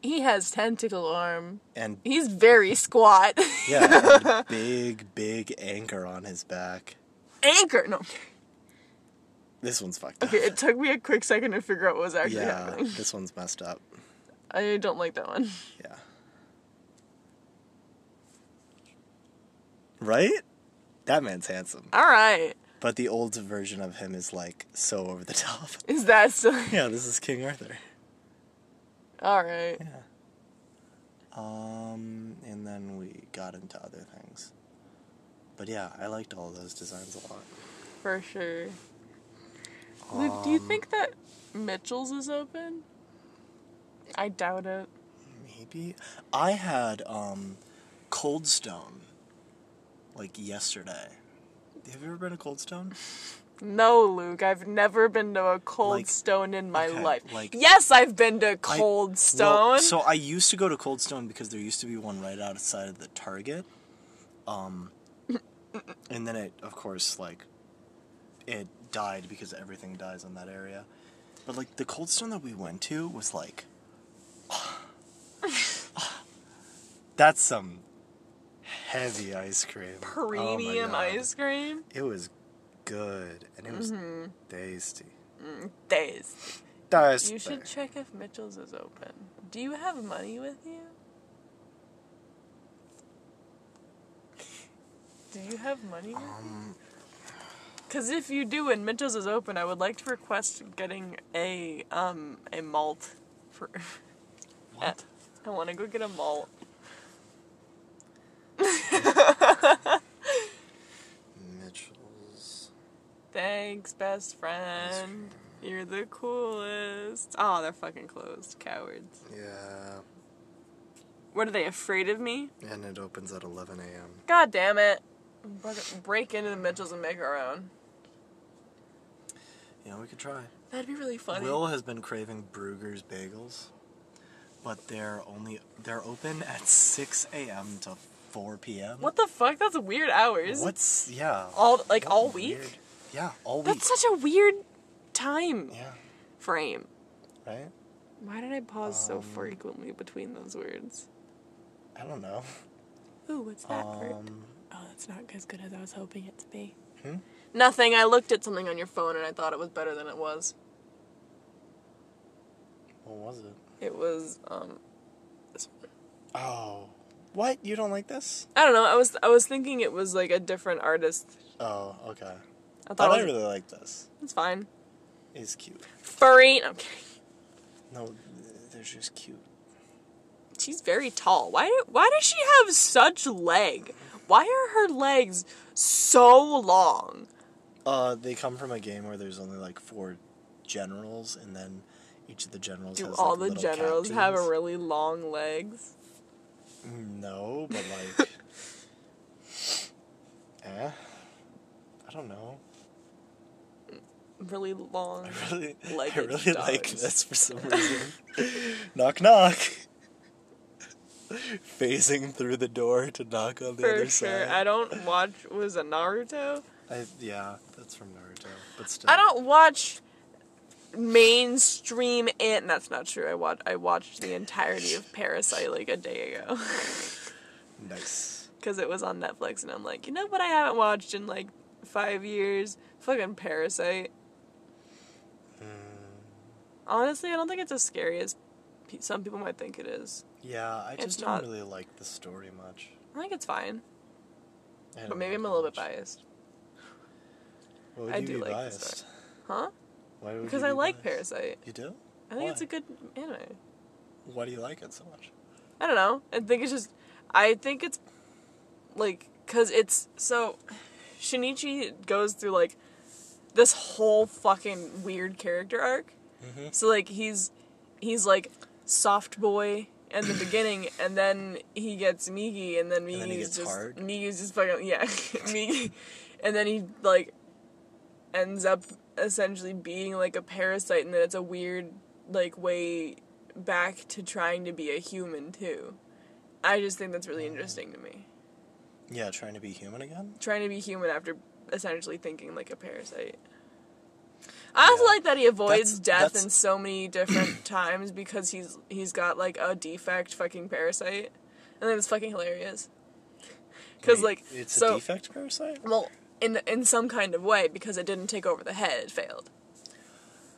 Speaker 2: He has tentacle arm.
Speaker 4: And
Speaker 2: He's very squat.
Speaker 4: yeah, and big, big anchor on his back.
Speaker 2: Anchor. No.
Speaker 4: This one's fucked up.
Speaker 2: Okay, it took me a quick second to figure out what was actually
Speaker 4: yeah,
Speaker 2: happening.
Speaker 4: this one's messed up.
Speaker 2: I don't like that one.
Speaker 4: Yeah. Right? That man's handsome.
Speaker 2: All right.
Speaker 4: But the old version of him is like so over the top.
Speaker 2: Is that so?
Speaker 4: Yeah, this is King Arthur.
Speaker 2: All right.
Speaker 4: Yeah. Um, and then we got into other things. But yeah, I liked all those designs a lot.
Speaker 2: For sure. Luke, do you
Speaker 4: Um.
Speaker 2: think that Mitchell's is open? I doubt it.
Speaker 4: Maybe I had um, Cold Stone like yesterday. Have you ever been to Cold Stone?
Speaker 2: No, Luke, I've never been to a cold
Speaker 4: Like-
Speaker 2: stone in my
Speaker 4: okay,
Speaker 2: life.
Speaker 4: like-
Speaker 2: yes, I've been to
Speaker 4: I-
Speaker 2: cold
Speaker 4: well,
Speaker 2: stone.
Speaker 4: so I used to go to Cold Stone because there used to be one right outside of the Target. Um, and then it, of course, like it died because everything dies in that area. But like the Cold Stone that we went to was like, that's some heavy ice cream. Oh my
Speaker 2: Premium
Speaker 4: God.
Speaker 2: ice Mm-hmm. cream.
Speaker 4: It was good and it was tasty.
Speaker 2: Days.
Speaker 4: Tasty.
Speaker 2: You should check if Mitchell's is open. Do you have money with you? Do you have money? Because if you do and Mitchell's is open, I would like to request getting a um a malt for.
Speaker 4: What?
Speaker 2: I want to go get a malt.
Speaker 4: Mitchell's.
Speaker 2: Thanks, best friend. You're the coolest. Oh, they're fucking closed, cowards.
Speaker 4: Yeah.
Speaker 2: What are they afraid of me?
Speaker 4: And it opens at 11 a.m.
Speaker 2: God damn it. Break- Break into the Mitchells and make our own.
Speaker 4: You know, we could try.
Speaker 2: That'd be really funny.
Speaker 4: Will has been craving Brugger's bagels, but they're only they're open at 6 a.m. to 4 p.m.
Speaker 2: what the fuck? That's weird hours.
Speaker 4: What's yeah?
Speaker 2: All like all week?
Speaker 4: Weird. Yeah, all
Speaker 2: That's such a weird time
Speaker 4: week. Yeah,
Speaker 2: frame.
Speaker 4: right.
Speaker 2: Why did I pause
Speaker 4: Um,
Speaker 2: so frequently between those words?
Speaker 4: I don't know.
Speaker 2: Ooh, what's that part?
Speaker 4: Um,
Speaker 2: Oh, that's not as good as I was hoping it to be.
Speaker 4: Hmm?
Speaker 2: Nothing. I looked at something on your phone and I thought it was better than it was.
Speaker 4: what was it?
Speaker 2: It was um this one.
Speaker 4: Oh, what? You don't like this?
Speaker 2: I don't know. I was I was thinking it was like a different artist.
Speaker 4: Oh, okay.
Speaker 2: I
Speaker 4: But
Speaker 2: thought
Speaker 4: I
Speaker 2: it was,
Speaker 4: really like this.
Speaker 2: it's fine.
Speaker 4: It's cute.
Speaker 2: Furry. No, I'm kidding.
Speaker 4: No, they're just cute.
Speaker 2: She's very tall. Why do, why does she have such leg? Why are her legs so long?
Speaker 4: Uh, they come from a game where there's only like four generals, and then each of the generals
Speaker 2: Do
Speaker 4: has
Speaker 2: all
Speaker 4: like,
Speaker 2: the
Speaker 4: little
Speaker 2: generals have
Speaker 4: captains. Mm,
Speaker 2: really long legs?
Speaker 4: no, but like, eh, I don't know.
Speaker 2: Really long.
Speaker 4: I really,
Speaker 2: Like
Speaker 4: I
Speaker 2: it
Speaker 4: really like
Speaker 2: does.
Speaker 4: this for some reason. knock, knock. Phasing through the door to knock on the
Speaker 2: For
Speaker 4: other
Speaker 2: sure. I
Speaker 4: side.
Speaker 2: don't watch was a Naruto.
Speaker 4: I yeah, that's from Naruto, but still.
Speaker 2: I don't watch mainstream and that's not true. I watch I watched the entirety of Parasite like a day ago.
Speaker 4: Nice.
Speaker 2: because it was on Netflix, and I'm like, you know what I haven't watched in like five years? Fucking Parasite.
Speaker 4: Mm,
Speaker 2: Honestly, I don't think it's as scary as pe- some people might think it is.
Speaker 4: Yeah, I
Speaker 2: It's
Speaker 4: just
Speaker 2: not-
Speaker 4: don't really like the story much.
Speaker 2: I think it's fine,
Speaker 4: I
Speaker 2: but
Speaker 4: don't
Speaker 2: maybe
Speaker 4: like
Speaker 2: I'm
Speaker 4: it
Speaker 2: a little bit
Speaker 4: much.
Speaker 2: biased,
Speaker 4: Why would
Speaker 2: I
Speaker 4: you
Speaker 2: do
Speaker 4: be
Speaker 2: like the
Speaker 4: biased?
Speaker 2: story. huh?
Speaker 4: Why would
Speaker 2: Because
Speaker 4: you
Speaker 2: I
Speaker 4: be
Speaker 2: like
Speaker 4: biased?
Speaker 2: Parasite.
Speaker 4: You do?
Speaker 2: I think it's
Speaker 4: Why?
Speaker 2: a good anime.
Speaker 4: Why do you like it so much?
Speaker 2: I don't know. I think it's just. I think it's like because it's so. Shinichi goes through like this whole fucking weird character arc.
Speaker 4: Mm-hmm.
Speaker 2: So like he's he's like soft boy in the beginning, and then he gets Migi, and then Migi's
Speaker 4: then he gets
Speaker 2: just
Speaker 4: hard?
Speaker 2: Migi's just fucking yeah, Migi, and then he like ends up essentially being like a parasite, and then it's a weird like way back to trying to be a human too. I just think that's really
Speaker 4: Mm.
Speaker 2: interesting to me.
Speaker 4: Yeah, trying to be human again?
Speaker 2: Trying to be human after essentially thinking like a parasite. I also
Speaker 4: Yeah.
Speaker 2: like that he avoids
Speaker 4: That's-
Speaker 2: death
Speaker 4: that's-
Speaker 2: in so many different times because he's he's got like a defect fucking parasite. And it's fucking hilarious. Cuz
Speaker 4: Wait,
Speaker 2: like
Speaker 4: it's
Speaker 2: so
Speaker 4: a defect parasite?
Speaker 2: well in in some kind of way because it didn't take over the head, it failed.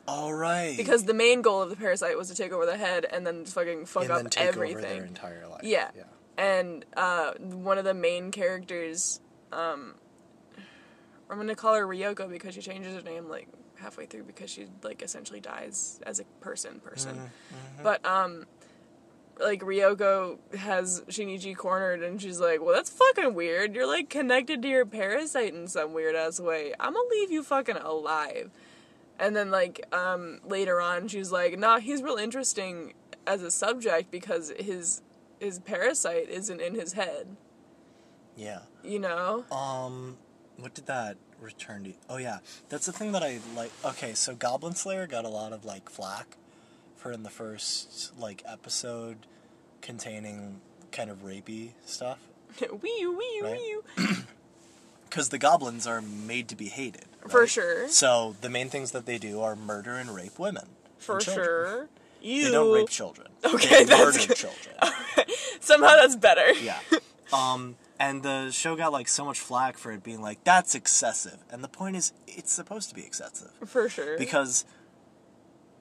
Speaker 4: All right.
Speaker 2: Because the main goal of the parasite was to take over the head and then fucking fuck
Speaker 4: and
Speaker 2: up
Speaker 4: then take
Speaker 2: everything.
Speaker 4: over their entire life.
Speaker 2: Yeah.
Speaker 4: Yeah.
Speaker 2: And uh, one of the main characters, um, I'm gonna call her Ryoko because she changes her name like halfway through because she like essentially dies as a person person. But um, like Ryoko has Shinichi cornered and she's like, "Well, that's fucking weird. You're like connected to your parasite in some weird ass way. I'm gonna leave you fucking alive." And then like um later on she's like, "Nah, he's real interesting as a subject because his his parasite isn't in his head."
Speaker 4: Yeah.
Speaker 2: You know?
Speaker 4: Um, what did that Return to. Oh yeah, that's the thing that I like. Okay, so Goblin Slayer got a lot of like flack for in the first like episode containing kind of rapey stuff
Speaker 2: wee you, wee you,
Speaker 4: Right.
Speaker 2: wee you.
Speaker 4: because the goblins are made to be hated.
Speaker 2: For
Speaker 4: right?
Speaker 2: sure.
Speaker 4: So the main things that they do are murder and rape women. and
Speaker 2: For
Speaker 4: children.
Speaker 2: sure. You.
Speaker 4: They don't rape children.
Speaker 2: Okay,
Speaker 4: they
Speaker 2: that's
Speaker 4: murder
Speaker 2: good.
Speaker 4: children.
Speaker 2: Somehow that's better.
Speaker 4: Yeah. Um, and the show got like so much flack for it being like that's excessive, and the point is it's supposed to be excessive
Speaker 2: For sure.
Speaker 4: because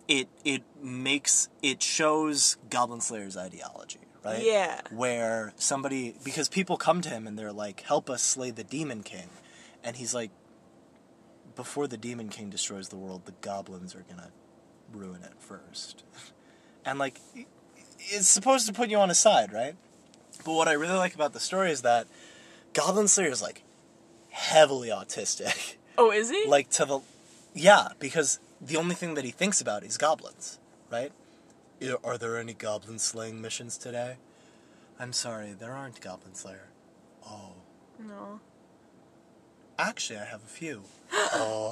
Speaker 4: it it makes it shows Goblin Slayer's ideology, right?
Speaker 2: Yeah.
Speaker 4: Where somebody because people come to him and they're like, "Help us slay the Demon King," and he's like, "Before the Demon King destroys the world, the goblins are gonna ruin it first. and like, it- it's supposed to put you on his side, right? But what I really like about the story is that Goblin Slayer is like heavily autistic.
Speaker 2: oh, is he?
Speaker 4: like to the yeah because the only thing that he thinks about is goblins right I- are there any goblin slaying missions today i'm sorry there aren't goblin slayer oh
Speaker 2: no.
Speaker 4: actually i have a few oh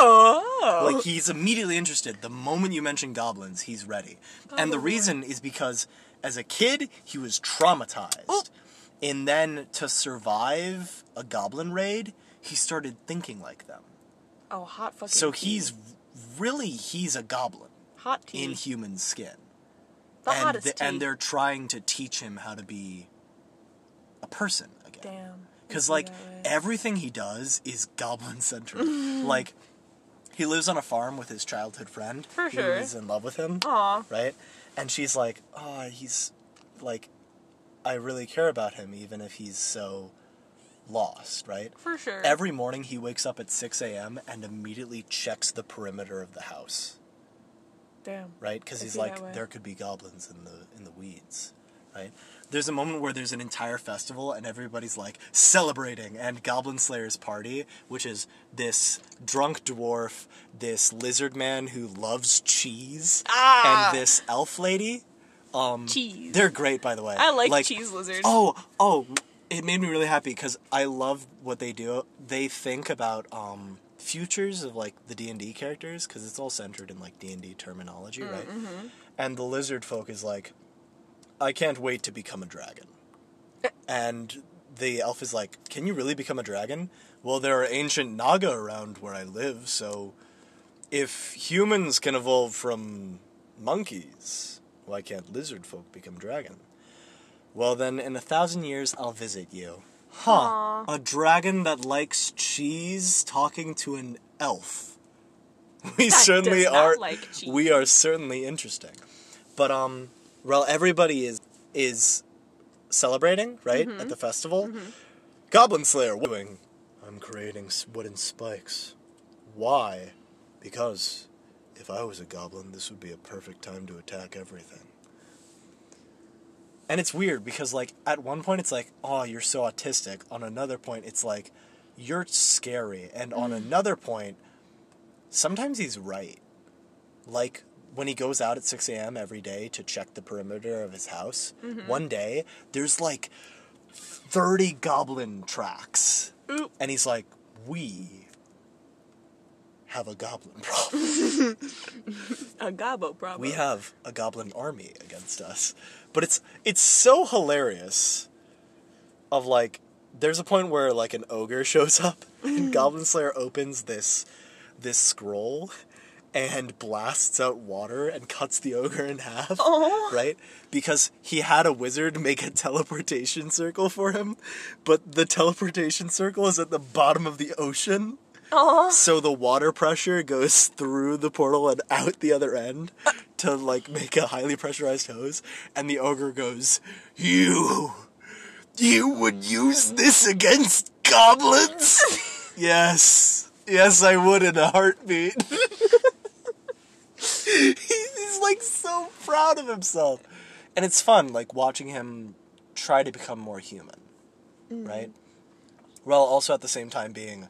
Speaker 2: Oh.
Speaker 4: like he's immediately interested the moment you mention goblins he's ready and the reason is because as a kid he was traumatized and then to survive a goblin raid he started thinking like them
Speaker 2: oh, hot fucking.
Speaker 4: So
Speaker 2: tea.
Speaker 4: he's really he's a goblin
Speaker 2: hot tea.
Speaker 4: in human skin,
Speaker 2: Mm-hmm. the
Speaker 4: and
Speaker 2: hottest
Speaker 4: the-
Speaker 2: tea.
Speaker 4: and they're trying to teach him how to be a person again.
Speaker 2: Damn.
Speaker 4: Because like
Speaker 2: that way.
Speaker 4: everything he does is goblin centric.
Speaker 2: Mm-hmm.
Speaker 4: like he lives on a farm with his childhood friend
Speaker 2: For
Speaker 4: who
Speaker 2: sure.
Speaker 4: is in love with him,
Speaker 2: Aw.
Speaker 4: right? And she's like, "Oh, he's like, I really care about him, even if he's so." Lost, right?
Speaker 2: For sure.
Speaker 4: Every morning he wakes up at 6 a.m. and immediately checks the perimeter of the house,
Speaker 2: Damn.
Speaker 4: right? Because
Speaker 2: I
Speaker 4: he's
Speaker 2: see that way.
Speaker 4: like, there could be goblins in the in the weeds, right? There's a moment where there's an entire festival and everybody's like celebrating and Goblin Slayer's party, which is this drunk dwarf, this lizard man who loves cheese,
Speaker 2: Ah!
Speaker 4: and this elf lady.
Speaker 2: Cheese.
Speaker 4: They're great, by the way.
Speaker 2: I like, cheese lizards.
Speaker 4: Oh, oh, it made me really happy because I love what they do. They think about um, futures of like the D and D characters because it's all centered in like D and D terminology, right? And the lizard folk is like, I can't wait to become a dragon. And the elf is like, Can you really become a dragon? Well, there are ancient Naga around where I live, so if humans can evolve from monkeys, why can't lizard folk become dragon? Well, then, in a thousand years, I'll visit you. Huh. A dragon that likes cheese talking to an elf. We
Speaker 2: does
Speaker 4: certainly
Speaker 2: not
Speaker 4: are.
Speaker 2: like cheese.
Speaker 4: We are certainly interesting. But um, while everybody is is celebrating right
Speaker 2: Mm-hmm.
Speaker 4: at the festival, Goblin Slayer what are you doing. I'm creating s- wooden spikes. Why? Because if I was a goblin, this would be a perfect time to attack everything. And it's weird because, like, at one point it's like, oh, you're so autistic. On another point, it's like, you're scary. And on another point, sometimes he's right. Like, when he goes out at 6 a.m. every day to check the perimeter of his house, one day there's like 30 goblin tracks.
Speaker 2: Oop.
Speaker 4: And he's like, we have a goblin problem.
Speaker 2: A gobbo, probably.
Speaker 4: we have a goblin army against us. But it's it's so hilarious of like there's a point where like an ogre shows up and Goblin Slayer opens this this scroll and blasts out water and cuts the ogre in half. Right? Because he had a wizard make a teleportation circle for him, but the teleportation circle is at the bottom of the ocean. So the water pressure goes through the portal and out the other end to like make a highly pressurized hose, and the ogre goes, "You, you would use this against goblins? yes, yes, I would in a heartbeat." He's like so proud of himself, and it's fun like watching him try to become more human, right? While also at the same time being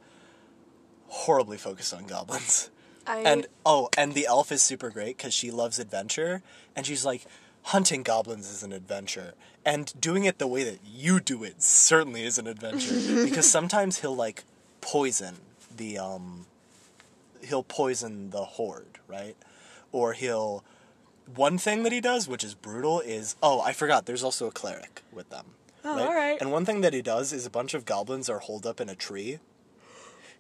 Speaker 4: horribly focused on goblins.
Speaker 2: I,
Speaker 4: And oh, and the elf is super great because she loves adventure, and she's like, hunting goblins is an adventure, and doing it the way that you do it certainly is an adventure because sometimes he'll like poison the um, he'll poison the horde, right? Or he'll one thing that he does, which is brutal, is oh I forgot. There's also a cleric with them.
Speaker 2: Oh, alright.
Speaker 4: And one thing that he does is a bunch of goblins are holed up in a tree.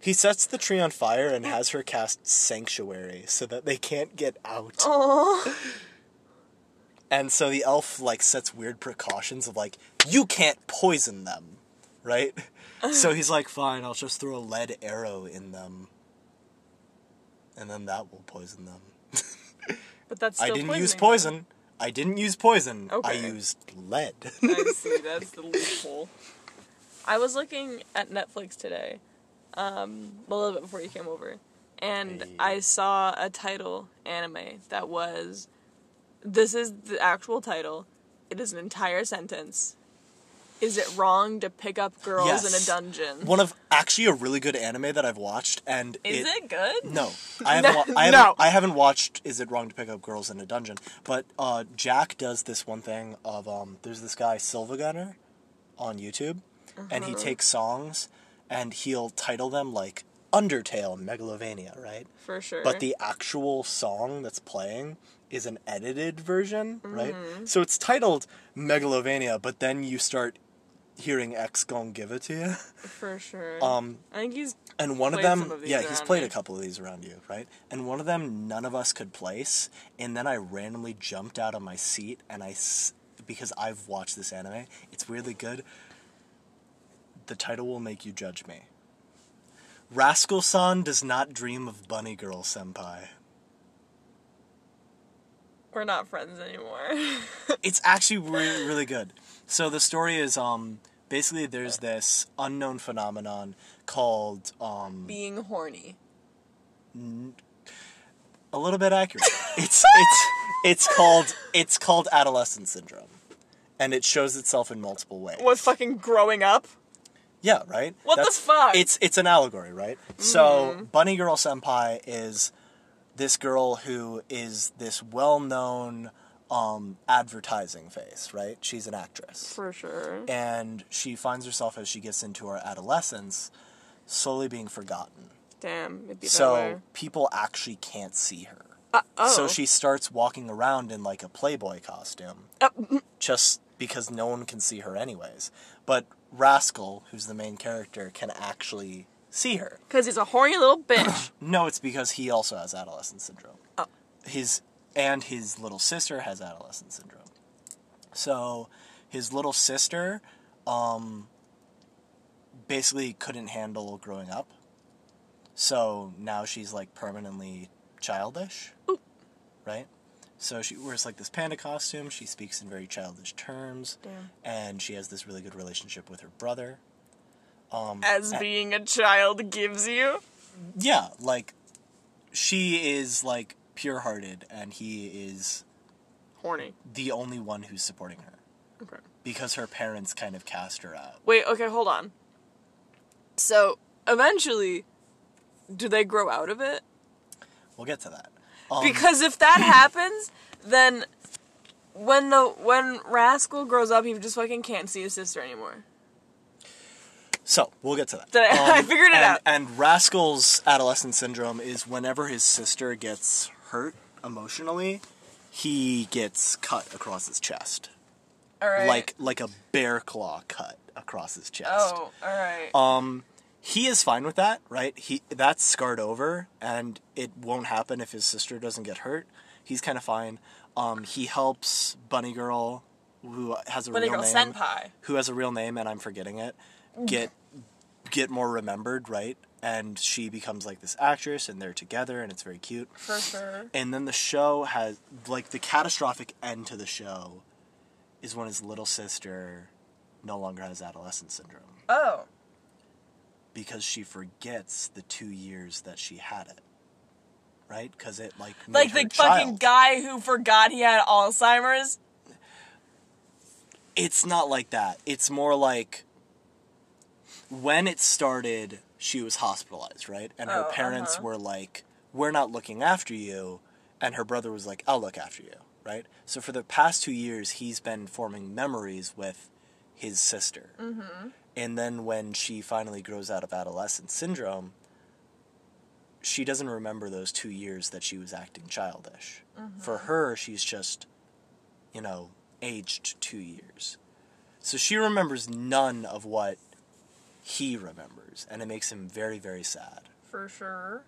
Speaker 4: He sets the tree on fire and has her cast sanctuary so that they can't get out.
Speaker 2: Oh. Aw.
Speaker 4: And so the elf like sets weird precautions of like you can't poison them, right? so he's like, fine, I'll just throw a lead arrow in them, and then that will poison them.
Speaker 2: But that's
Speaker 4: I
Speaker 2: still
Speaker 4: didn't use
Speaker 2: poisoning
Speaker 4: poison. I didn't use poison.
Speaker 2: Okay.
Speaker 4: I used lead.
Speaker 2: them. I see. That's the loophole. I was looking at Netflix today, um, a little bit before you came over, and I saw a title anime that was, this is the actual title. It is an entire sentence. Is it wrong to pick up girls in
Speaker 4: Yes.
Speaker 2: a dungeon?
Speaker 4: One of actually a really good anime that I've watched, and
Speaker 2: Is it, good?
Speaker 4: No, I haven't. wa- I, haven't
Speaker 2: No.
Speaker 4: I haven't watched. Is it wrong to pick up girls in a dungeon? But uh, Jack does this one thing of um, there's this guy Silva Gunner on YouTube, and he takes songs and he'll title them like Undertale Megalovania, right?
Speaker 2: For sure.
Speaker 4: But the actual song that's playing is an edited version, right? So it's titled Megalovania, but then you start hearing X gon' give it to you.
Speaker 2: For sure.
Speaker 4: Um,
Speaker 2: I think he's
Speaker 4: and one of
Speaker 2: played
Speaker 4: them,
Speaker 2: some of these
Speaker 4: yeah, he's
Speaker 2: around
Speaker 4: played
Speaker 2: me.
Speaker 4: a couple of these around you, right? And one of them, none of us could place. And then I randomly jumped out of my seat, and I, s- because I've watched this anime, it's weirdly good. The title will make you judge me. Rascal San does not dream of Bunny Girl Senpai.
Speaker 2: we're not friends anymore.
Speaker 4: it's actually really, really good. So the story is um basically there's this unknown phenomenon called um
Speaker 2: Being horny.
Speaker 4: a little bit accurate. It's it's it's called it's called adolescent syndrome. And it shows itself in multiple ways.
Speaker 2: What fucking growing up?
Speaker 4: Yeah, right?
Speaker 2: What the fuck? Mm-hmm.
Speaker 4: It's it's an allegory, right? So Bunny Girl Senpai is this girl who is this well known um advertising face, right? She's an actress.
Speaker 2: For sure.
Speaker 4: and she finds herself as she gets into her adolescence slowly being forgotten.
Speaker 2: Damn, it'd be
Speaker 4: so
Speaker 2: that way.
Speaker 4: people actually can't see her.
Speaker 2: Uh, oh.
Speaker 4: So she starts walking around in like a Playboy costume
Speaker 2: uh, mm,
Speaker 4: just because no one can see her anyways. But Rascal, who's the main character, can actually see her.
Speaker 2: Because he's a horny little bitch.
Speaker 4: No, it's because he also has adolescent syndrome. His and his little sister has adolescent syndrome. So his little sister um, basically couldn't handle growing up. So now she's like permanently childish. Right? So she wears like this panda costume. She speaks in very childish terms. And she has this really good relationship with her brother.
Speaker 2: As
Speaker 4: Um,
Speaker 2: being a child gives you.
Speaker 4: yeah, like she is like pure hearted and he is
Speaker 2: Horny.
Speaker 4: the only one who's supporting her
Speaker 2: Okay.
Speaker 4: because her parents kind of cast her out.
Speaker 2: Wait, okay, hold on. So, eventually, do they grow out of it?
Speaker 4: We'll get to that. Um,
Speaker 2: Because if that happens, then when the when Rascal grows up, he just fucking can't see his sister anymore.
Speaker 4: so we'll get to that. Um,
Speaker 2: Did I- I figured it
Speaker 4: and-
Speaker 2: out.
Speaker 4: And Rascal's adolescent syndrome is whenever his sister gets hurt emotionally, he gets cut across his chest,
Speaker 2: All right.
Speaker 4: like like a bear claw cut across his chest.
Speaker 2: Oh, all right.
Speaker 4: Um, he is fine with that, right? He that's scarred over, and it won't happen if his sister doesn't get hurt. He's kind of fine. Um, he helps Bunny Girl, who has a
Speaker 2: Bunny
Speaker 4: real
Speaker 2: Girl
Speaker 4: name,
Speaker 2: Senpai.
Speaker 4: who has a real name, and I'm forgetting it. Get get more remembered, right? And she becomes like this actress, and they're together, and it's very cute.
Speaker 2: For sure.
Speaker 4: And then the show has like the catastrophic end to the show is when his little sister no longer has adolescent syndrome
Speaker 2: Oh.
Speaker 4: because she forgets the two years that she had it, right? Because it like made
Speaker 2: Like
Speaker 4: her
Speaker 2: the
Speaker 4: child.
Speaker 2: fucking guy who forgot he had Alzheimer's.
Speaker 4: It's not like that. It's more like when it started, she was hospitalized, right? And her
Speaker 2: Oh,
Speaker 4: parents were like, "We're not looking after you," and her brother was like, "I'll look after you," right? So for the past two years, he's been forming memories with his sister, mm-hmm. and then when she finally grows out of adolescent syndrome, she doesn't remember those two years that she was acting childish. For her, she's just, you know, aged two years. So she remembers none of what he remembers, and it makes him very, very sad.
Speaker 2: For sure.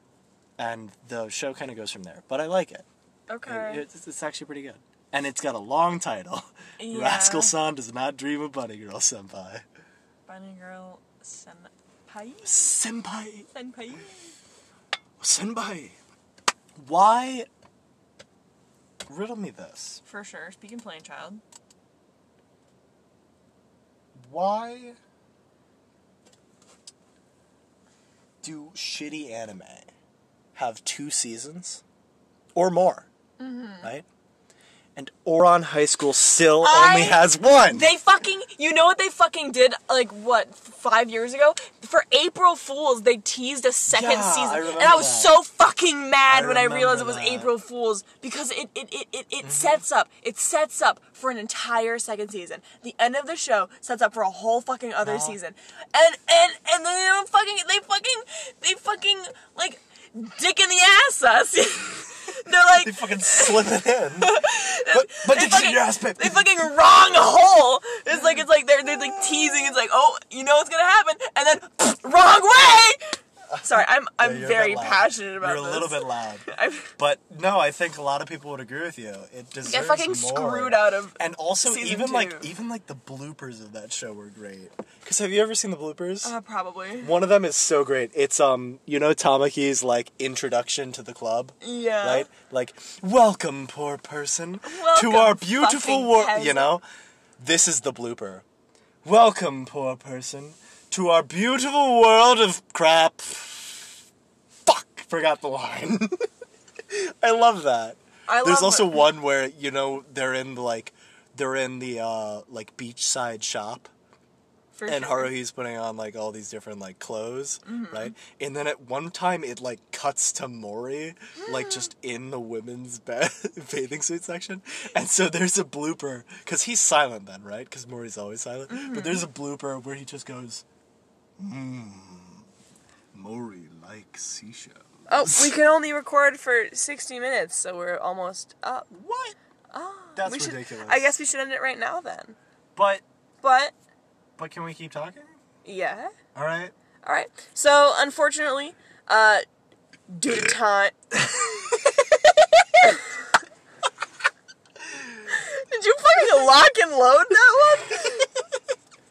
Speaker 4: And the show kind of goes from there, but I like it.
Speaker 2: Okay.
Speaker 4: It's, it's actually pretty good. And it's got a long title.
Speaker 2: Yeah.
Speaker 4: Rascal San does not dream of Bunny Girl Senpai.
Speaker 2: Bunny girl senpai.
Speaker 4: Senpai!
Speaker 2: Senpai.
Speaker 4: Senpai! Why? Riddle me this.
Speaker 2: For sure. Speaking plain child.
Speaker 4: Why do shitty anime have two seasons or more?
Speaker 2: Mm-hmm.
Speaker 4: Right? And Oron High School still
Speaker 2: I-
Speaker 4: only has one!
Speaker 2: They fucking, you know what they fucking did? Like what, five years ago? For April Fools, they teased a second
Speaker 4: Yeah, I
Speaker 2: season, and
Speaker 4: remember
Speaker 2: I was
Speaker 4: that.
Speaker 2: so fucking mad
Speaker 4: I
Speaker 2: when I realized it was
Speaker 4: remember that. Mm-hmm.
Speaker 2: April Fools because it it it it, it sets up, it sets up for an entire second season. The end of the show sets up for a whole fucking other season, and and and then they don't fucking, they fucking, they fucking like dick in the ass us. They're like,
Speaker 4: They fucking slip it in. but
Speaker 2: they
Speaker 4: but did you
Speaker 2: fucking-
Speaker 4: your ass bit?
Speaker 2: they fucking wrong hole. It's like it's like they're they're like teasing. It's like oh, you know what's gonna happen, and then wrong way. Sorry, I'm I'm
Speaker 4: You're a bit
Speaker 2: very
Speaker 4: loud.
Speaker 2: passionate about
Speaker 4: You're
Speaker 2: this.
Speaker 4: a little bit loud.
Speaker 2: I'm,
Speaker 4: But no, I think a lot of people would agree with you. It deserves
Speaker 2: I fucking
Speaker 4: more.
Speaker 2: screwed out of.
Speaker 4: And also,
Speaker 2: season
Speaker 4: even
Speaker 2: two.
Speaker 4: like even like the bloopers of that show were great. Cause have you ever seen the bloopers?
Speaker 2: Uh, probably.
Speaker 4: One of them is so great. It's um, you know, Tamaki's like introduction to the club.
Speaker 2: Yeah.
Speaker 4: Right? Like, welcome, poor person,
Speaker 2: Welcome,
Speaker 4: to our
Speaker 2: fucking
Speaker 4: beautiful world.
Speaker 2: peasant.
Speaker 4: You know, this is the blooper. Welcome, poor person, to our beautiful world of crap. Fuck, forgot the line. I love that.
Speaker 2: I
Speaker 4: There's
Speaker 2: love
Speaker 4: also
Speaker 2: it.
Speaker 4: one where you know they're in like they're in the uh like beachside shop
Speaker 2: For
Speaker 4: and
Speaker 2: sure.
Speaker 4: Haruhi's putting on like all these different like clothes, right? And then at one time it like cuts to Mori like just in the women's ba- bathing suit section. And so there's a blooper cuz he's silent then, right? Cuz Mori's always silent. But there's a blooper where he just goes, "Hmm. Mori likes seashells."
Speaker 2: Oh, we can only record for 60 minutes, so we're almost up. Ah,
Speaker 4: What? That's
Speaker 2: we should,
Speaker 4: ridiculous.
Speaker 2: I guess we should end it right now then.
Speaker 4: But
Speaker 2: But
Speaker 4: but can we keep talking?
Speaker 2: yeah.
Speaker 4: All right.
Speaker 2: All right. So unfortunately, uh, due to time. Did you fucking lock and load that one?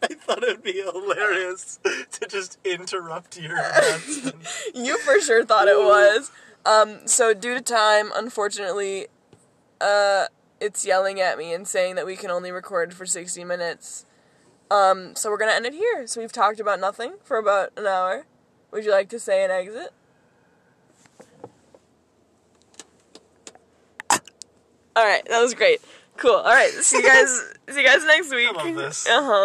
Speaker 4: I thought it would be hilarious to just interrupt your nonsense.
Speaker 2: You for sure thought it was. Um, so due to time, unfortunately, uh, it's yelling at me and saying that we can only record for 60 minutes. Um, so we're gonna end it here. So we've talked about nothing for about an hour. Would you like to say an exit? All right, that was great. Cool. All right, see you guys. see you guys next week.
Speaker 4: love this.
Speaker 2: Uh huh.